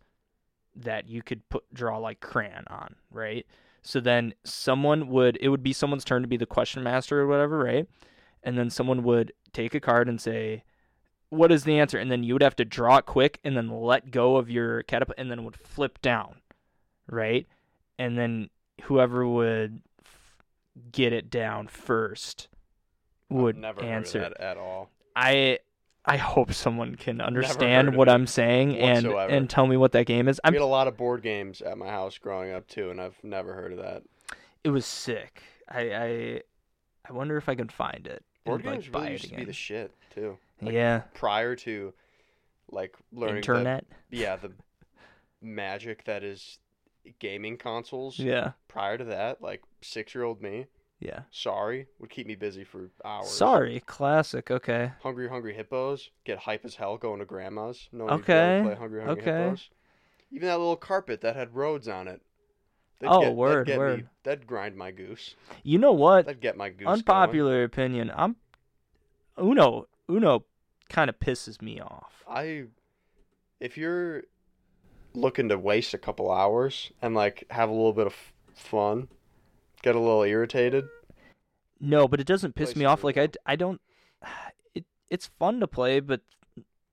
that you could put draw like crayon on right so then someone would it would be someone's turn to be the question master or whatever right and then someone would take a card and say what is the answer? And then you would have to draw it quick and then let go of your catapult and then it would flip down, right? And then whoever would f- get it down first would
I've never
answer.
heard of that at all.
I I hope someone can
heard
understand
of
what
it
I'm saying and
whatsoever.
and tell me what that game is. I'm
we had a lot of board games at my house growing up too, and I've never heard of that.
it was sick. I I I wonder if I can find it.
Board
and, like,
games
buy
really
it
used to be
again.
the shit too. Like,
yeah,
Prior to like learning the-
internet.
yeah, the magic that is gaming consoles.
Yeah,
Prior to that, like six year old me,
yeah.
sorry, would keep me busy for hours.
Sorry, classic. Okay,
Hungry Hungry Hippos, get hype as hell going to grandma's. No need to
Okay,
play Hungry Hungry
okay.
Hippos. Even that little carpet that had roads on it. That'd
Oh,
get- that'd
word,
get me-
word.
that'd grind my goose.
you know what?
That'd get my goose. going.
Unpopular opinion. I'm Uno. Uno kind of pisses me off.
I, if you're looking to waste a couple hours and like have a little bit of f- fun, get a little irritated.
No, but it doesn't piss
Plays
me off.
through
Like I, I don't. It it's fun to play, but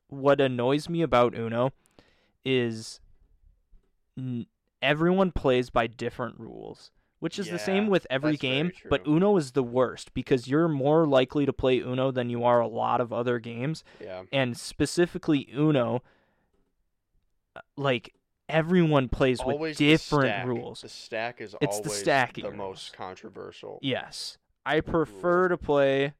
what annoys me about Uno is n- everyone plays by different rules, which is the same
Yeah,
with every
that's very
game. But
true.
Uno is the worst because you're more likely to play Uno than you are a lot of other games,
Yeah,
and specifically Uno. uh, Like everyone plays
always
with
the
different
stack.
rules.
The stack is
It's the
always
stacking rules.
most controversial.
Yes. I prefer to play.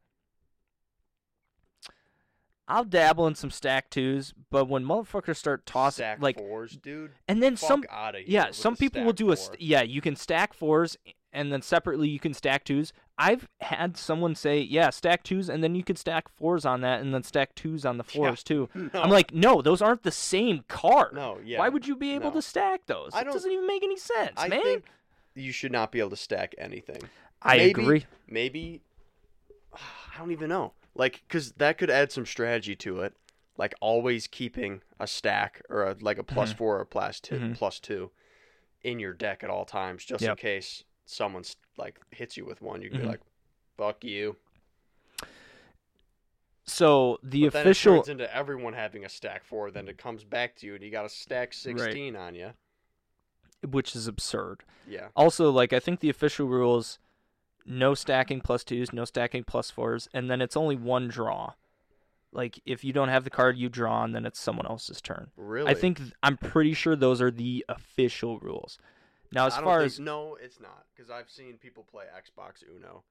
I'll dabble in some stack twos, but when motherfuckers start tossing,
stack
like,
fours, dude.
and then
Fuck
some,
outta here
yeah,
with
some
the
people will
stack
do a,
four.
st- yeah, you can stack fours, and then separately you can stack twos. I've had someone say, yeah, stack twos, and then you can stack fours on that, and then stack twos on the fours too.
No.
I'm like, no, those aren't the same card.
No, yeah,
Why would you be able
no.
to stack those?
I
It
don't-
doesn't even make any sense,
I
man.
think you should not be able to stack anything.
I
Maybe-
agree.
Maybe I don't even know. Like, cause that could add some strategy to it. Like always keeping a stack or a, like a
Mm-hmm.
plus four or a plus 2
Mhm.
plus two in your deck at all times, just in
Yep.
case someone's like hits you with one. You could
Mhm.
be like, "Fuck you."
So the
But then it
official
turns into everyone having a stack four. Then it comes back to you, and you got a stack sixteen on you.
which is absurd.
Yeah.
Also, like I think the official rules no stacking plus twos, no stacking plus fours, and then it's only one draw. Like if you don't have the card you draw, and then it's someone else's turn.
Really?
I think th- I'm pretty sure those are the official rules. Now, as
I don't
far
think-
as
no, it's not because I've seen people play Xbox Uno.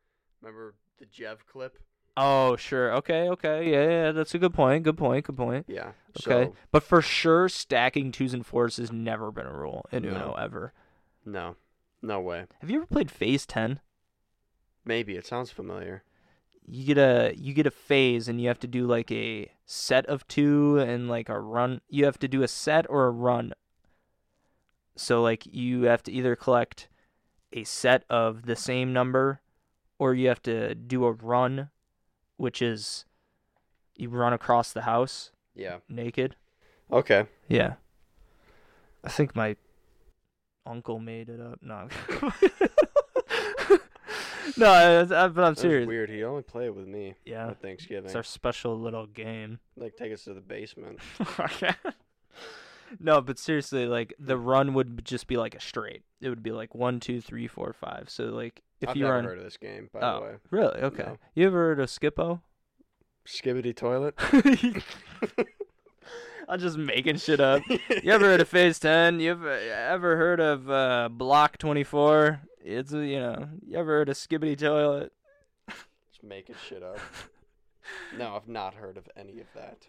Remember the Jev clip?
oh sure, okay, okay, yeah, yeah, that's a good point, good point, good point.
Yeah.
Okay,
So,
but for sure, stacking twos and fours has never been a rule in
No.
Uno ever.
no, no way.
Have you ever played Phase Ten?
Maybe it sounds familiar.
you get a you get a phase and you have to do like a set of two and like a run you have to do a set or a run so like you have to either collect a set of the same number or you have to do a run which is you run across the house
Yeah.
naked
Okay.
yeah i think my uncle made it up no no I, I, but i'm
That's
serious
weird. He only played with me
yeah
at Thanksgiving.
it's our special little game.
Like take us to the basement.
no, but seriously, like
Hmm.
the run would just be like a straight. It would be like one, two, three, four, five. So like if
I've
you
never
were on,
heard of this game, by
oh
the way.
really okay.
No.
You ever heard of Skippo?
Skibbity toilet.
I'm just making shit up. You ever heard of Phase Ten? You ever ever heard of uh, Block Twenty Four? It's uh, you know. You ever heard of Skibbity Toilet?
Just making shit up. No, I've not heard of any of that.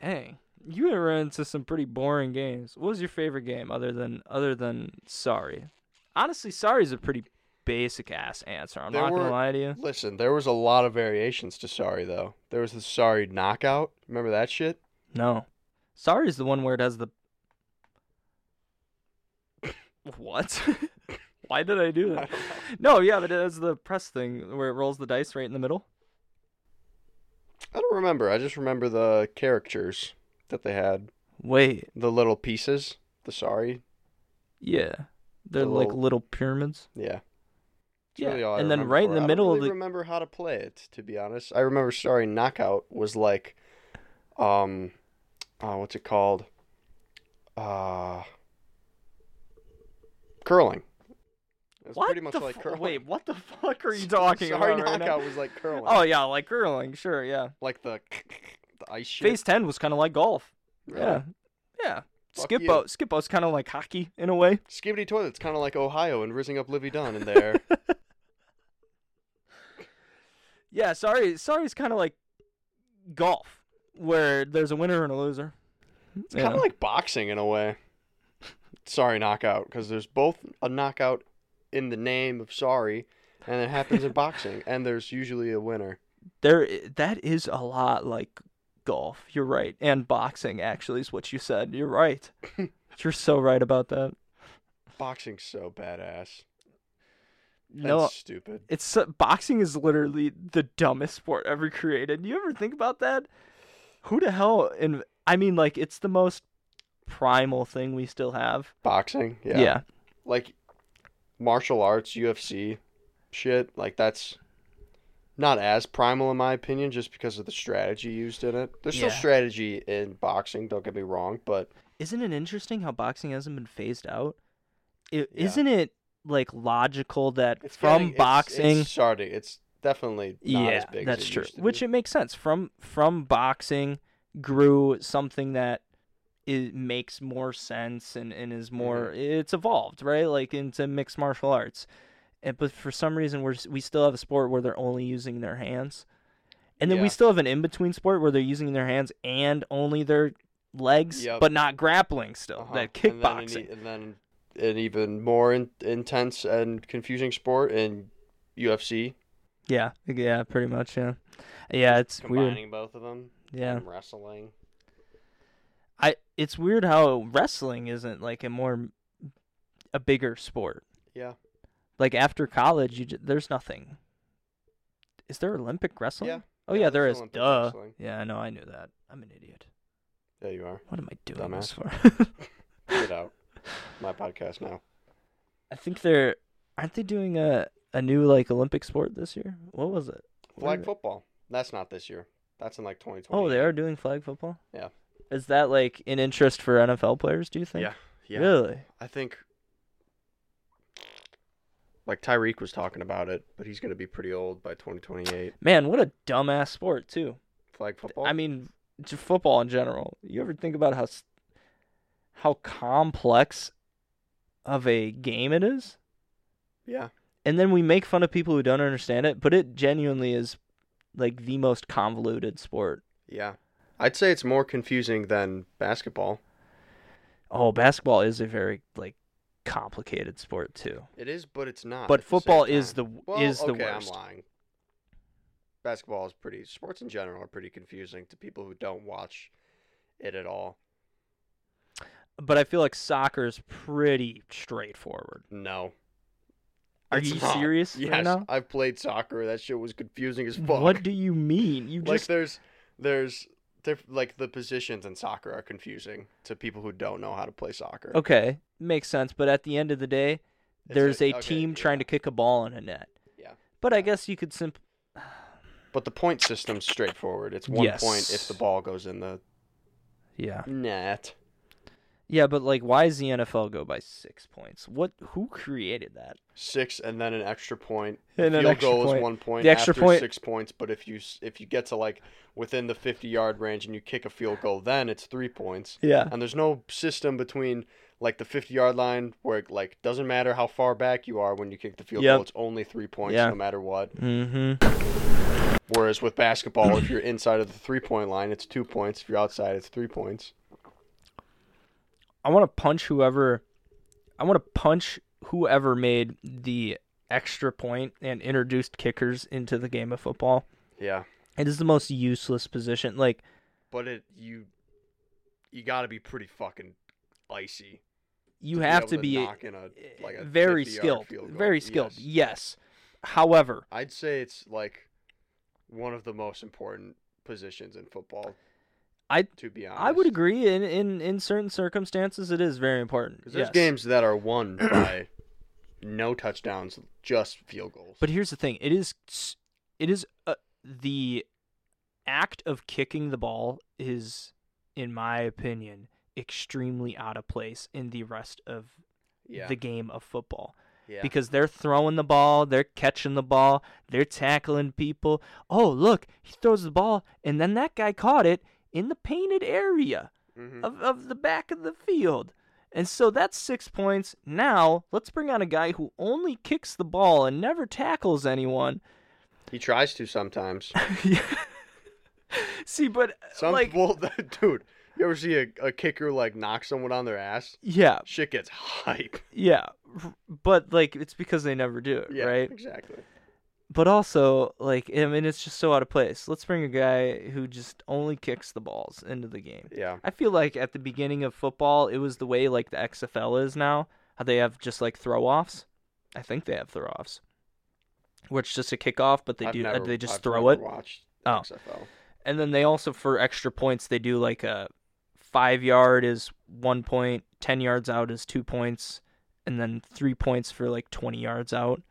Dang, you were into some pretty boring games. What was your favorite game other than other than Sorry? Honestly, Sorry is a pretty basic ass answer. I'm
There
not
were-
gonna lie to you.
Listen, there was a lot of variations to Sorry though. There was the Sorry knockout. Remember that shit?
No, Sorry is the one where it has the what? Why did I do that? No, yeah, but it has the press thing where it rolls the dice right in the middle.
I don't remember. I just remember the characters that they had,
Wait,
the little pieces, the sorry.
yeah, they're
The
like
little-
little pyramids.
Yeah. That's
Yeah,
really all I
and then
remember
right
for
in
it.
the middle
I don't
of
really
the
remember how to play it, to be honest. I remember Sorry Knockout was like, um, oh, what's it called? Uh, curling. It was
what
pretty much
the
like
fu-
curling.
Wait, what the fuck are you talking
sorry
about? right now?
Knockout was like curling.
Oh yeah, like curling, sure, yeah.
like the the ice shit.
Phase ten was kind of like golf.
Really?
Yeah, yeah.
Fuck
Skip
you.
boat. Skip boat's kind of like hockey in a way.
Skibbity toilet's kind of like Ohio and rising up Livy Dunn in there.
yeah, sorry, sorry's kind of like golf, where there's a winner and a loser.
It's kind of like boxing in a way. Sorry, knockout, because there's both a knockout in the name of sorry, and it happens in boxing, and there's usually a winner.
there. i- That is a lot like golf. You're right, and boxing actually is what you said. You're right. You're so right about that.
Boxing's so badass.
No,
That's stupid.
it's so- boxing is literally the dumbest sport ever created. You ever think about that? Who the hell? And I mean, like, it's the most primal thing we still have.
Boxing, yeah. Like martial arts, UFC shit, like that's not as primal in my opinion just because of the strategy used in it. There's still
Yeah.
strategy in boxing, don't get me wrong, but
Isn't it interesting how boxing hasn't been phased out? It,
Yeah.
Isn't it like logical that
it's
from
getting- it's-
boxing?
it's starting it's definitely not
yeah,
as big
that's
as it
true.
used to
Which
be.
it makes sense. From from boxing grew something that is, makes more sense and, and is more.
Mm-hmm.
It's evolved, right? Like into mixed martial arts. And, but for some reason, we're s- we still have a sport where they're only using their hands, and then
Yeah.
we still have an in between sport where they're using their hands and only their legs,
Yep.
but not grappling. Still,
Uh-huh.
that
And then an e-
kickboxing.
and then, an, even more in, intense and confusing sport in UFC,
Yeah, yeah, pretty much. Yeah, yeah, it's weird.
combining both of them,
Yeah,
and wrestling.
I. It's weird how wrestling isn't like a more a bigger sport.
Yeah.
Like after college, you j- there's nothing. Is there Olympic wrestling?
Yeah.
Oh yeah, there
there's
is.
Olympic
Duh.
wrestling.
Yeah, I know. I knew that. I'm an idiot.
Yeah, you are.
What am I doing this
Dumbass.
for?
Get out. My podcast now.
I think they're aren't they doing a a new like Olympic sport this year? What was it? What
Flag
is it?
football. That's not this year. That's in like 2020.
Oh, they are doing flag football.
Yeah.
Is that like an interest for NFL players? Do you think?
Yeah. Yeah.
Really?
I think like Tyreek was talking about it, but he's going to be pretty old by 2028.
Man, what a dumbass sport too.
Flag football.
I mean, j- football in general. You ever think about how s- how complex of a game it is?
yeah.
And then we make fun of people who don't understand it, but it genuinely is like the most convoluted sport.
Yeah. I'd say it's more confusing than basketball.
Oh, basketball is a very like complicated sport too.
It is, but it's not.
But
at the same
football is
time.
the
Well,
is the
okay,
worst.
I'm lying. Basketball is pretty. Sports in general are pretty confusing to people who don't watch it at all.
But I feel like soccer is pretty straightforward.
No.
Are
It's
you
not.
serious right
Yes,
now?
I've played soccer. That shit was confusing as fuck.
What do you mean? You
like
just
there's there's diff- like the positions in soccer are confusing to people who don't know how to play soccer.
Okay, makes sense. But at the end of the day,
It's
there's a
like- okay,
team trying
yeah.
to kick a ball in a net.
Yeah.
But I guess you could simp.
But the point system's straightforward. It's one point if
Yes.
the ball goes in the
Yeah.
net.
Yeah, but like, why does the NFL go by six points? What? Who created that?
Six and then an extra point.
And an
Field
extra
goal
point.
is one point.
The extra
after
point-
six points. But if you s- if you get to like within the fifty yard range and you kick a field goal, then it's three points.
Yeah.
and there's no system between like the 50 yard line where it, like doesn't matter how far back you are when you kick the field
Yep.
goal it's only three points
Yeah.
no matter what
Mm-hmm.
whereas with basketball if you're inside of the three point line it's two points if you're outside it's three points
I want to punch whoever. I want to punch whoever made the extra point and introduced kickers into the game of football.
yeah
It is the most useless position. Like,
but it you you got to be pretty fucking icy
you have
able
to be eh,
knock in a, like a
very
50-yard
skilled.
field goal.
Very skilled.
Yes.
yes. However,
i'd say it's like one of the most important positions in football
I-
to be honest
I would agree. In, in in certain circumstances, it is very important.
Because there's
yes.
games that are won by no touchdowns, just field goals.
But here's the thing: it is s- it is uh, the act of kicking the ball is, in my opinion, extremely out of place in the rest of
yeah,
the game of football
yeah.
because they're throwing the ball, they're catching the ball, they're tackling people. Oh, look, he throws the ball, and then that guy caught it in the painted area
Mhm.
of, of the back of the field. And so that's six points. Now let's bring on a guy who only kicks the ball and never tackles anyone
He tries to sometimes.
See, but uh,
Some
like,
people, dude, you ever see a, a kicker like knock someone on their ass?
yeah,
Shit gets hype.
yeah, r- but like it's because they never do it,
Yeah,
right?
exactly.
But also, like, I mean, it's just so out of place. Let's bring a guy who just only kicks the balls into the game.
Yeah,
I feel like at the beginning of football, it was the way like the XFL is now. How they have just like throw offs. I think they have throw offs, which just a kickoff, but they
I've
do uh,
never-
they just
I've
throw
never
it.
Watched
Oh.
XFL.
and then they also for extra points they do like a five yard is one point, ten yards out is two points, and then three points for like twenty yards out.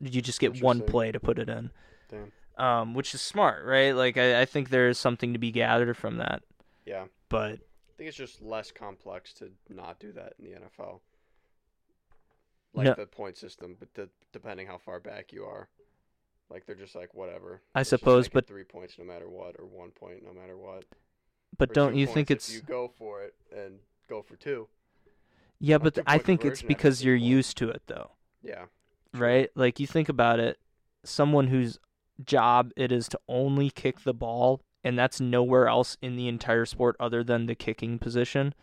You just get one
Interesting.
play to put it in,
Damn.
um, which is smart, right? Like I, I think there is something to be gathered from that,
Yeah, I
but
think it's just less complex to not do that in the NFL. Like
No.
the point system, but de- depending how far back you are, like they're just like whatever.
I
Let's just
suppose,
make it
but-
three points no matter what, or one point no matter what.
but
or
don't
two
you
points
think
if
it's
you go for it and go for two?
yeah?
a
But I
two-point
think it's
conversion after
because
three
you're
points.
used to it though.
Yeah,
right? Like you think about it, someone whose job it is to only kick the ball and that's nowhere else in the entire sport other than the kicking position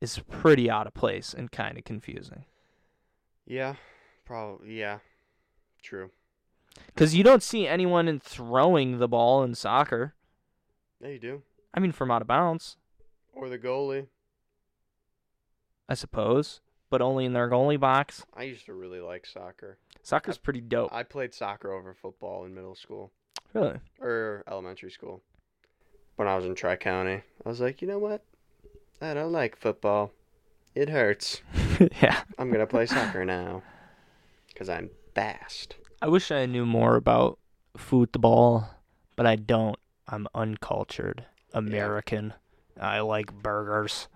is pretty out of place and kind of confusing.
yeah, probably. Yeah, true.
Cuz you don't see anyone in throwing the ball in soccer.
Yeah, you do.
I mean from out of bounds,
Or the goalie.
I suppose, but only in their goalie box.
I used to really like soccer.
Soccer's pretty dope.
I played soccer over football in middle school
Really?
or elementary school. When I was in Tri County, I was like, you know what? I don't like football. It hurts.
yeah.
I'm gonna play soccer now, cause I'm fast.
I wish I knew more about football, but I don't. I'm uncultured American. I like burgers.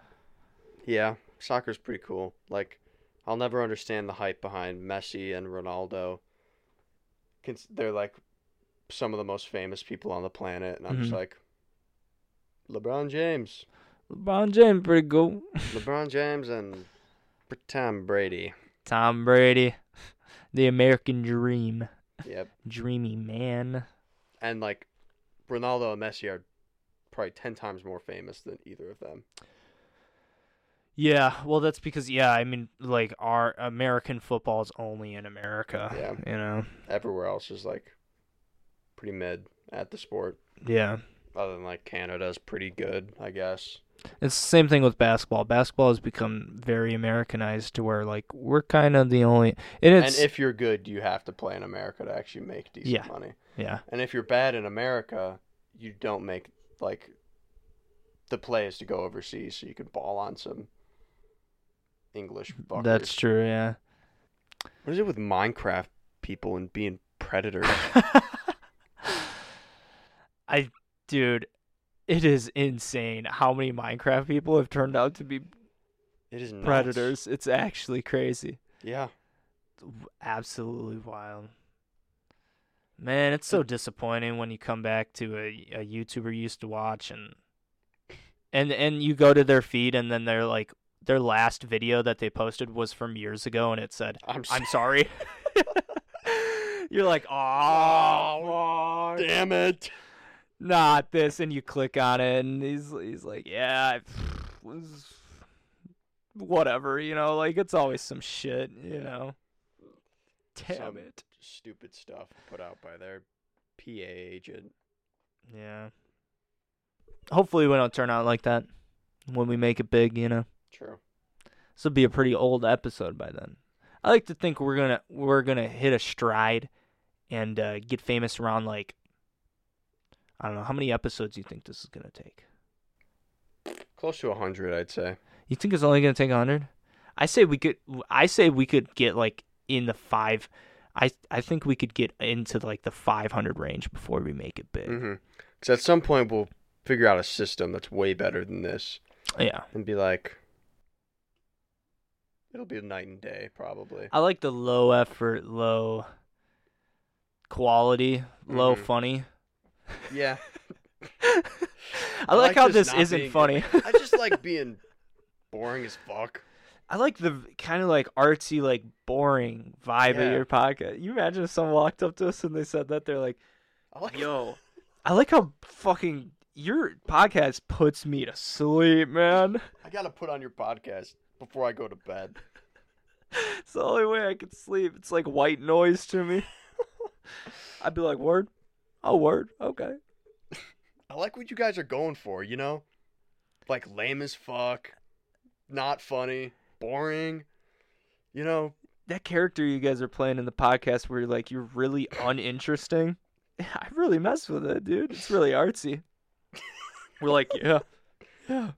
Yeah, soccer's pretty cool. Like, I'll never understand the hype behind Messi and Ronaldo. Cons- They're like some of the most famous people on the planet, and I'm just
Mhm.
like, LeBron James,
LeBron James pretty cool.
LeBron James, and Tom Brady.
Tom Brady, the American dream,
Yep,
dreamy man.
and like Ronaldo and Messi are probably ten times more famous than either of them.
Yeah, well, that's because yeah, I mean, like our American football is only in America.
Yeah.
you know.
Everywhere else is like pretty mid at the sport,
Yeah,
other than like Canada's pretty good, I guess.
it's the same thing with basketball. Basketball has become very Americanized to where like we're kind of the only. And it's
and if you're good, you have to play in America to actually make decent
Yeah.
money.
yeah,
And if you're bad in America, you don't make like the play is to go overseas so you can ball on some English fuckers.
that's true. Yeah.
What is it with Minecraft people and being predators?
I, dude, it is insane how many Minecraft people have turned out to be
It is nuts.
predators. It's actually crazy.
Yeah.
Absolutely wild. Man, it's so disappointing when you come back to a, a YouTuber you used to watch and and and you go to their feed and then they're like their last video that they posted was from years ago and it said,
I'm,
"I'm sorry." You're like, "Oh,
damn it.
not this and you click on it and he's he's like yeah I was whatever you know like it's always some shit you
Yeah.
know damn
Some-
it
Stupid stuff put out by their PA agent.
yeah hopefully we don't turn out like that when we make it big you know
True.
this will be a pretty old episode by then i like to think we're gonna we're gonna hit a stride and uh, get famous around like i don't know how many episodes you think this is gonna take
Close to 100, I'd say.
You think it's only gonna take hundred? I say we could. I say we could get like in the five. I I think we could get into like the five hundred range before we make it big.
Mm-hmm. Because at some point we'll figure out a system that's way better than this
Yeah,
and be like, it'll be night and day probably.
I like the low effort, low quality, low
Mhm.
funny.
Yeah.
I, like, how
just
this
not
isn't
being-
funny.
I just like being boring as fuck.
I like the kind of like artsy, like boring vibe
Yeah.
of your podcast. You imagine if someone walked up to us and they said that they're like,
I like
"Yo, I like how fucking your podcast puts me to sleep, man.
I gotta put on your podcast before I go to bed.
It's the only way I can sleep. It's like white noise to me." I'd be like, "Word, oh word, okay."
I like what you guys are going for, you know? Like lame as fuck, not funny, boring. You know,
That character you guys are playing in the podcast, where you're like you're really uninteresting. I really mess with it, dude. It's really artsy. We're like, yeah, yeah.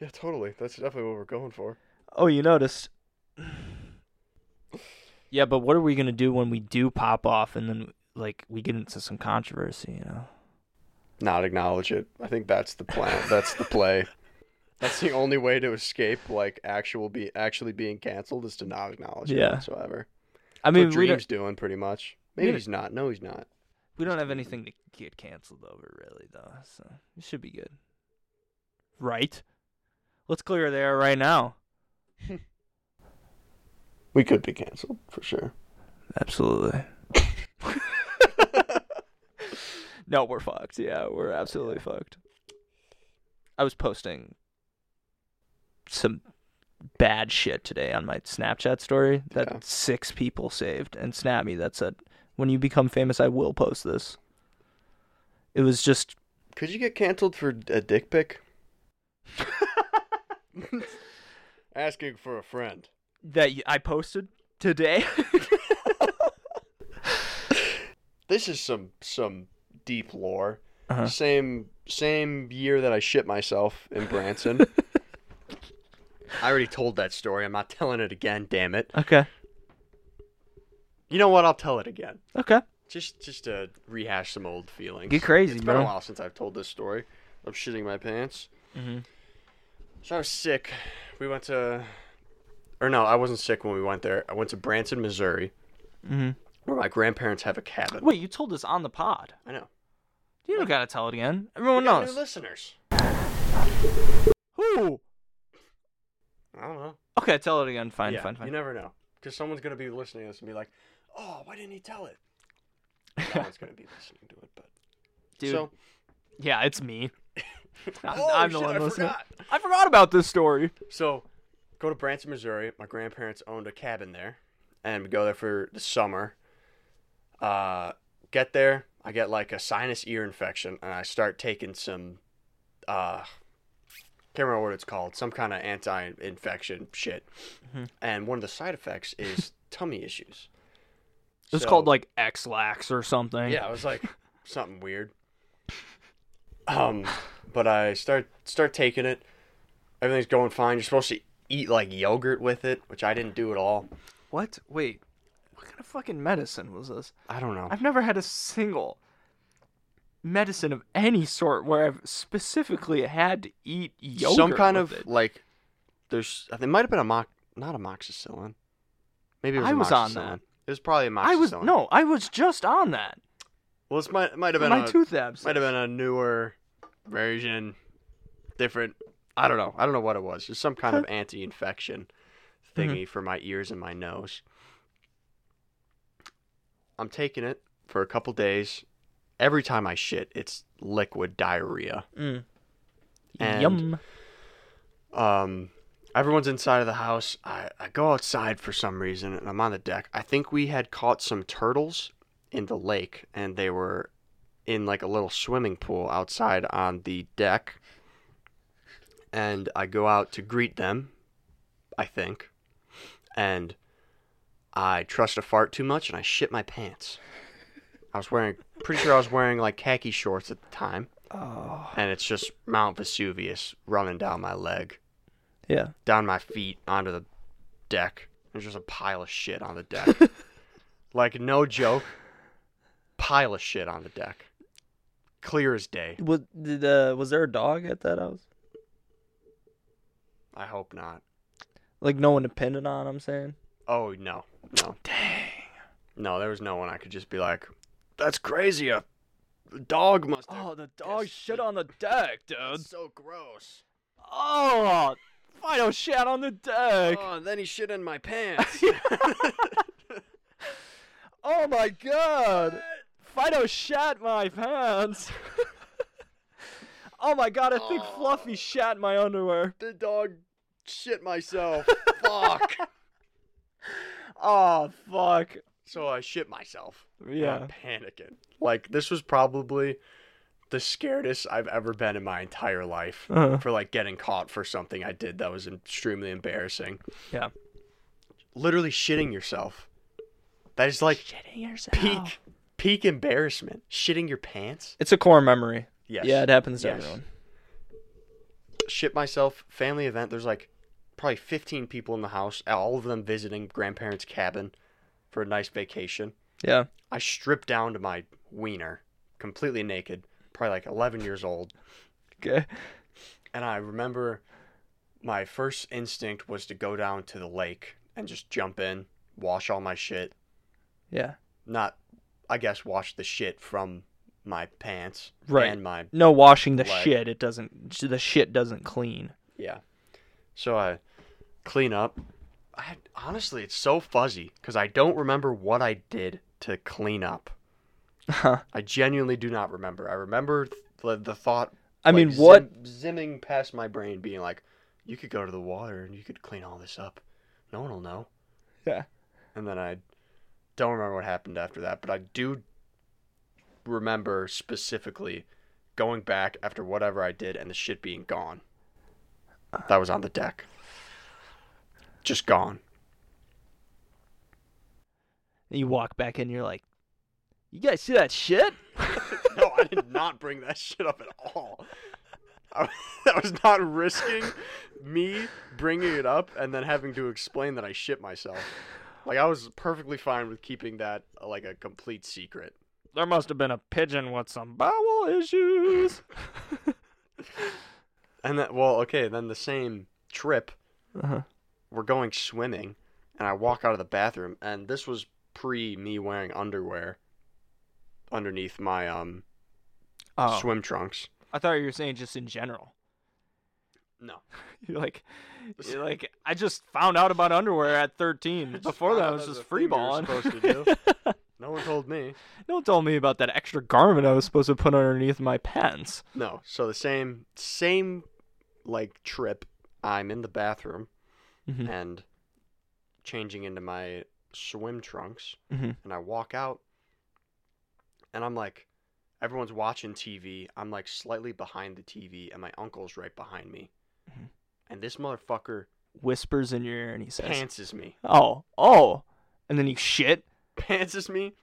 yeah, totally. That's definitely what we're going for.
Oh, you noticed. yeah, but what are we gonna do when we do pop off and then like we get into some controversy, you know?
Not acknowledge it. I think that's the plan. That's the play. That's the only way to escape like actual be actually being canceled is to not acknowledge
Yeah.
it whatsoever.
I
I mean,
mean,
what
we don't,
Dream's doing pretty much. Maybe
Yeah.
he's not. No, he's not.
we don't have anything to get canceled over, really, though. So it should be good, right? Let's clear the air right now.
We could be canceled for sure.
Absolutely. no, we're fucked. Yeah, we're absolutely fucked. I was posting some bad shit today on my Snapchat story that
Yeah.
six people saved and snapped me that said, When you become famous, I will post this. It was just.
Could you get canceled for a dick pic? Asking for a friend.
that y- I posted today.
This is some some deep lore.
Uh-huh.
Same same year that I shit myself in Branson. I already told that story. I'm not telling it again. Damn it.
okay.
You know what? I'll tell it again.
Okay.
Just just to rehash some old feelings.
Get crazy,
It's
bro.
been a while since I've told this story. I'm shitting my pants.
Mhm.
So I was sick. We went to, or no, I wasn't sick when we went there. I went to Branson, Missouri,
Mhm.
where my grandparents have a cabin.
Wait, you told this on the pod.
I know.
You don't gotta tell it again. Everyone
We got
knows.
New listeners.
Who?
I don't know.
Okay, tell it again. Fine,
Yeah,
fine, fine.
You never know, because someone's gonna be listening to this and be like, "Oh, why didn't he tell it?" No one's gonna be listening to it, but
Dude,
So,
yeah, it's me. I'm,
oh,
I'm the
shit,
one
I
listening.
forgot.
I forgot about this story.
So, go to Branson, Missouri. My grandparents owned a cabin there, and we go there for the summer. Uh, get there, I get like a sinus ear infection, and I start taking some, uh, can't remember what it's called, some kind of anti-infection shit. And one of the side effects is tummy issues.
It's
So-
called like X lax or something.
yeah, it was like something weird. Um, but I start start taking it. Everything's going fine. You're supposed to eat like yogurt with it, which I didn't do at all.
What? Wait. What kind of fucking medicine was this?
I don't know.
I've never had a single medicine of any sort where I've specifically had to eat yogurt.
Some kind
with
of
it.
like there's uh, it might have been a mock not amoxicillin. Maybe it was
I was on
amoxicillin.
that.
It was probably amoxicillin.
I was no, I was just on that.
Well, this might might have been
My
a
tooth abscess.
might have been a newer version, different. I don't know. I don't know what it was. Just some kind of anti-infection thingy for my ears and my nose. I'm taking it for a couple days. Every time I shit, it's liquid diarrhea. and-
Mm. Yum.
Um, everyone's inside of the house. I, I go outside for some reason, and I'm on the deck. I think we had caught some turtles in the lake, and they were in like a little swimming pool outside on the deck. And I go out to greet them, I think, and I trust a fart too much, and I shit my pants. I was wearing, pretty sure I was wearing like khaki shorts at the time,
Oh.
and it's just Mount Vesuvius running down my leg
Yeah.
down my feet onto the deck. There's just a pile of shit on the deck. like no joke, pile of shit on the deck. Clear as day.
Was did, uh, was there a dog at that house?
I hope not.
Like no one depended on. I'm saying.
Oh no, no. Dang. No, there was no one I could just be like, Oh, "That's crazy." A dog must. have
Oh, the
dog shit
on the deck,
That's so gross.
Oh, Final shot on the deck.
Oh, and then he shit in my pants.
Oh my god! Fido shot my pants! oh my god, I think Fluffy shot my underwear.
the dog shit myself. Fuck.
Oh fuck.
So I shit myself.
Yeah.
I'm panicking. Like this was probably the scaredest I've ever been in my entire life
Uh-huh.
for like getting caught for something I did that was extremely embarrassing.
Yeah.
Literally shitting yourself. That is like
Shitting yourself.
peak peak embarrassment. Shitting your pants.
It's a core memory.
Yes.
Yeah, it happens to
Yes.
everyone.
shit myself. Family event. There's like probably 15 people in the house. All of them visiting grandparents' cabin for a nice vacation.
Yeah.
I stripped down to my wiener, completely naked, probably like 11 years old.
Okay.
And I remember my first instinct was to go down to the lake and just jump in, wash all my shit.
Yeah.
Not, I guess, wash the shit from my pants
Right.
and my
No washing the
Leg.
shit. It doesn't. The shit doesn't clean.
Yeah. So I clean up. I had, honestly, it's so fuzzy because I don't remember what I did to clean up.
Huh.
I genuinely do not remember. I remember th- the, the thought.
I
like,
mean,
zim-
what?
zimming past my brain, being like, "You could go to the water and you could clean all this up. No one will know."
Yeah.
And then I don't remember what happened after that, but I do remember specifically going back after whatever I did and the shit being gone. That was on the deck. Just gone.
You walk back in. You're like, you guys see that shit?
No, I did not bring that shit up at all. I, I was not risking me bringing it up and then having to explain that I shit myself. Like I was perfectly fine with keeping that uh, like a complete secret.
There must have been a pigeon with some bowel issues.
And that well, okay, then the same trip
uh-huh.
we're going swimming and I walk out of the bathroom and this was pre me wearing underwear underneath my um
Oh,
swim trunks.
I thought you were saying just in general.
No.
You're like, you're like I just found out about underwear at 13. Before that, I was just free balling.
supposed to do. no one told me.
Don't tell me about that extra garment I was supposed to put underneath my pants.
No. So the same same like trip I'm in the bathroom
Mhm.
and changing into my swim trunks
Mhm.
and I walk out and I'm like everyone's watching TV. I'm like slightly behind the TV and my uncle's right behind me.
Mhm.
And this motherfucker
Whispers in your ear and he says,
pantses me.
"Oh, oh," and then you shit.
Pantses me,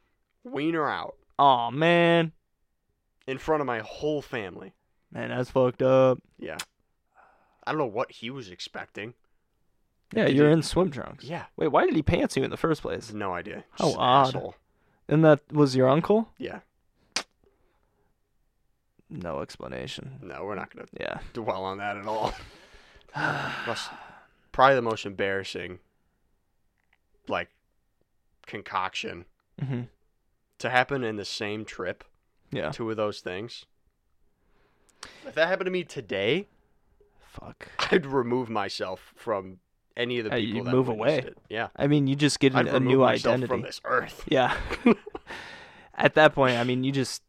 wiener out
Oh man,
in front of my whole family.
man, that's fucked up.
Yeah. I don't know what he was expecting.
Yeah,
Did
you're
he-
in swim trunks.
Yeah.
Wait, why did he pants you in the first place?
No idea.
How
Just an
odd.
asshole.
And that was your uncle?
Yeah.
No explanation.
No, we're not gonna
Yeah. Mm-hmm.
dwell on that at all. Must- probably the most embarrassing, like, concoction
hmm
to happen in the same trip.
Yeah.
Two of those things. If that happened to me today,
Fuck.
I'd remove myself from any of the
Yeah,
people
you
that
move
witnessed
away.
It. Yeah,
I mean, you just get
I'd
a
remove
new
myself
identity.
from this earth.
Yeah. At that point, I mean, you just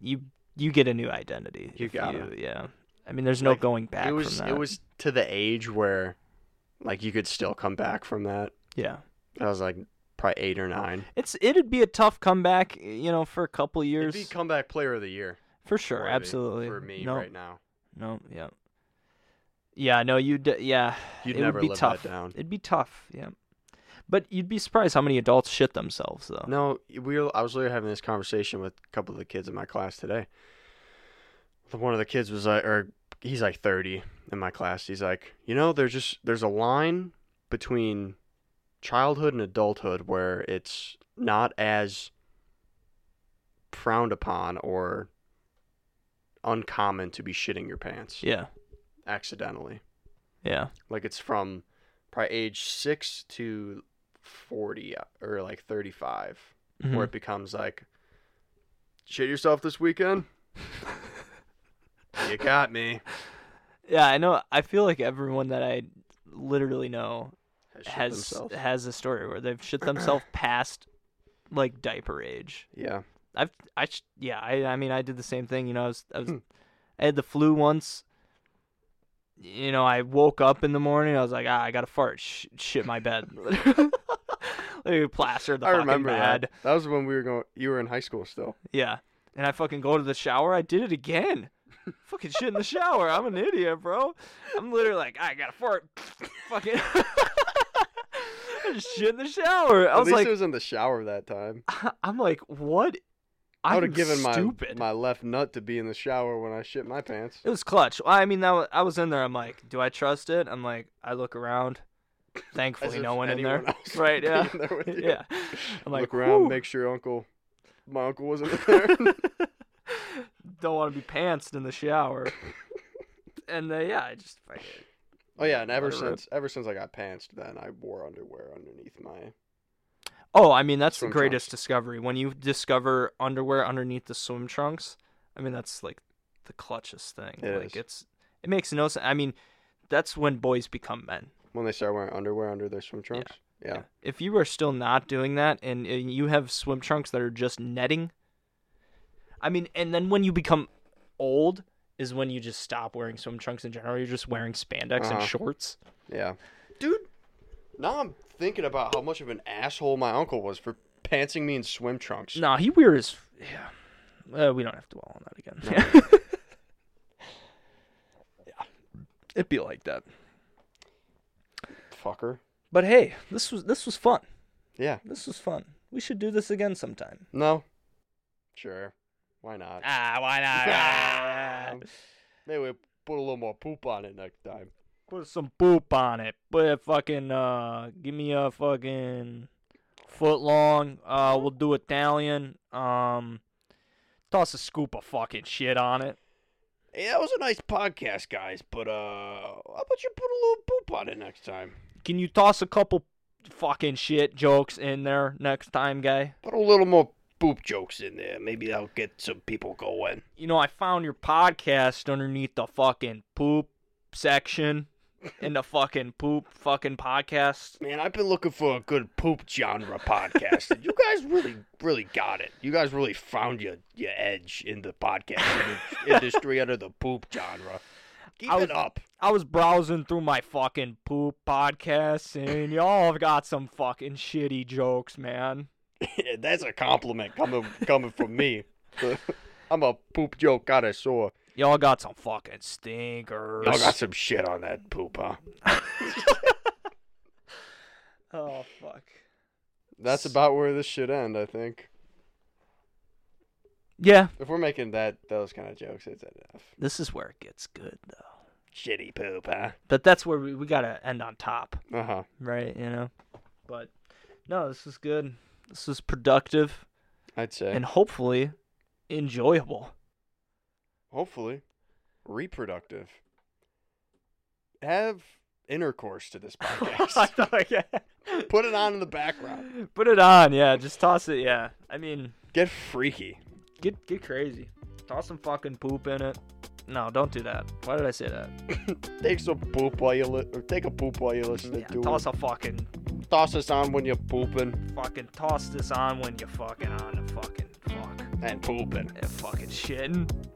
you you get a new identity.
You
if
gotta.
yeah. I mean, there's no
Like,
going back
it was
from that.
it was to the age where, like, you could still come back from that.
yeah.
I was like probably eight or nine.
It's it'd be a tough comeback, you know, for a couple
It'd
years.
be comeback player of the year.
for sure,
for me-
absolutely.
For me
no,
right now.
no, yeah. Yeah, no, you d- yeah.
You'd
it
never
would be
live
tough.
that down.
It'd be tough, yeah. But you'd be surprised how many adults shit themselves though.
No, we were, I was literally having this conversation with a couple of the kids in my class today. The- One of the kids was like, or he's like 30 in my class. He's like, you know, there's just there's a line between childhood and adulthood where it's not as frowned upon or uncommon to be shitting your pants
Yeah.
accidentally.
Yeah.
Like it's from probably age six to 40 or like 35
Mhm.
where it becomes like, shit yourself this weekend? you got me.
Yeah, I know. I feel like everyone that I literally know
Has shit
has
themselves.
has a story where they've shit themselves past like diaper age.
yeah.
I've I sh- yeah I I mean I did the same thing. You know I was I was
Hmm.
I had the flu once. You know I woke up in the morning. I was like ah I got to fart. Sh- shit my bed. like plaster the
I
fucking
remember
bed.
that. That was when we were going. You were in high school still.
Yeah. And I fucking go to the shower. I did it again. fucking shit in the shower. I'm an idiot, bro. I'm literally like, "Ah, I gotta fart. fucking. shit in the shower. I
At
was
least
like,
it was in the shower that time.
I'm like, what?
I
I'm
would have given
stupid.
my my left nut to be in the shower when I shit my pants.
It was clutch. Well, I mean, that was, I was in there. I'm like, do I trust it? I'm like, I look around.
As
Thankfully,
if
no one in
anyone
there.
else would
Right,
be
yeah.
in there with you.
yeah. I'm like,
Look around,
"Whew."
make sure uncle, my uncle wasn't there.
don't want to be pantsed in the shower. and uh, yeah, I just fucking.
oh yeah, and ever
Let it rip.
since ever since I got pantsed, then I wore underwear underneath my.
Oh, I mean that's
Swim
the greatest
trunks.
discovery when you discover underwear underneath the swim trunks. I mean that's like the clutchest thing.
It
like
is.
it's it makes no sense. I mean that's when boys become men.
When they start wearing underwear under their swim trunks. Yeah.
If you are still not doing that and, and you have swim trunks that are just netting, I mean, and then when you become old is when you just stop wearing swim trunks in general. You're just wearing spandex and
Uh-huh.
shorts.
yeah, Dude, now I'm thinking about how much of an asshole my uncle was for pantsing me in swim trunks.
No, he wears. Yeah, uh, we don't have to dwell on that again. Yeah. it'd be like that.
Fucker.
But hey, this was this was fun.
Yeah.
This was fun. We should do this again sometime.
No. Sure. Why not?
Ah, why Ah.
not? Maybe we put a little more poop on it next time.
Put some poop on it. Put a fucking uh, give me a fucking foot long. Uh, we'll do Italian. Um, toss a scoop of fucking shit on it.
Hey, that was a nice podcast, guys. But uh, how about you put a little poop on it next time?
Can you toss a couple fucking shit jokes in there next time, guy?
Put a little more poop jokes in there. Maybe that'll get some people going.
you know, I found your podcast underneath the fucking poop section in the fucking poop fucking podcast.
Man, I've been looking for a good poop genre podcast. and you guys really, really got it. You guys really found your, your edge in the podcast in- industry under the poop genre. Keep
I was-
it up.
I was browsing through my fucking poop podcasts and y'all have got some fucking shitty jokes, man.
That's a compliment coming coming from me. I'm a poop joke connoisseur.
Y'all got some fucking stinkers.
Y'all got some shit on that poop, huh?
oh fuck.
That's about where this should end, I think.
Yeah,
If we're making that those kind of jokes, it's enough.
this is where it gets good though.
Shitty poop, huh?
But that's where we, we gotta end on top,
Uh huh.
right? You know. But no, this is good. This is productive.
I'd say.
and hopefully enjoyable.
hopefully reproductive. Have intercourse to
Oh
this podcast. Put it on in the background.
Put it on, yeah. Just toss it, yeah. I mean,
Get freaky.
get get crazy. Toss some fucking poop in it. No, don't do that. Why did I say that?
Take some poop while you li- or take a poop while you listen
Yeah,
to it.
toss a fucking
toss this on when you're pooping
fucking toss this on when you're fucking on the fucking fuck
and pooping.
and fucking shitting.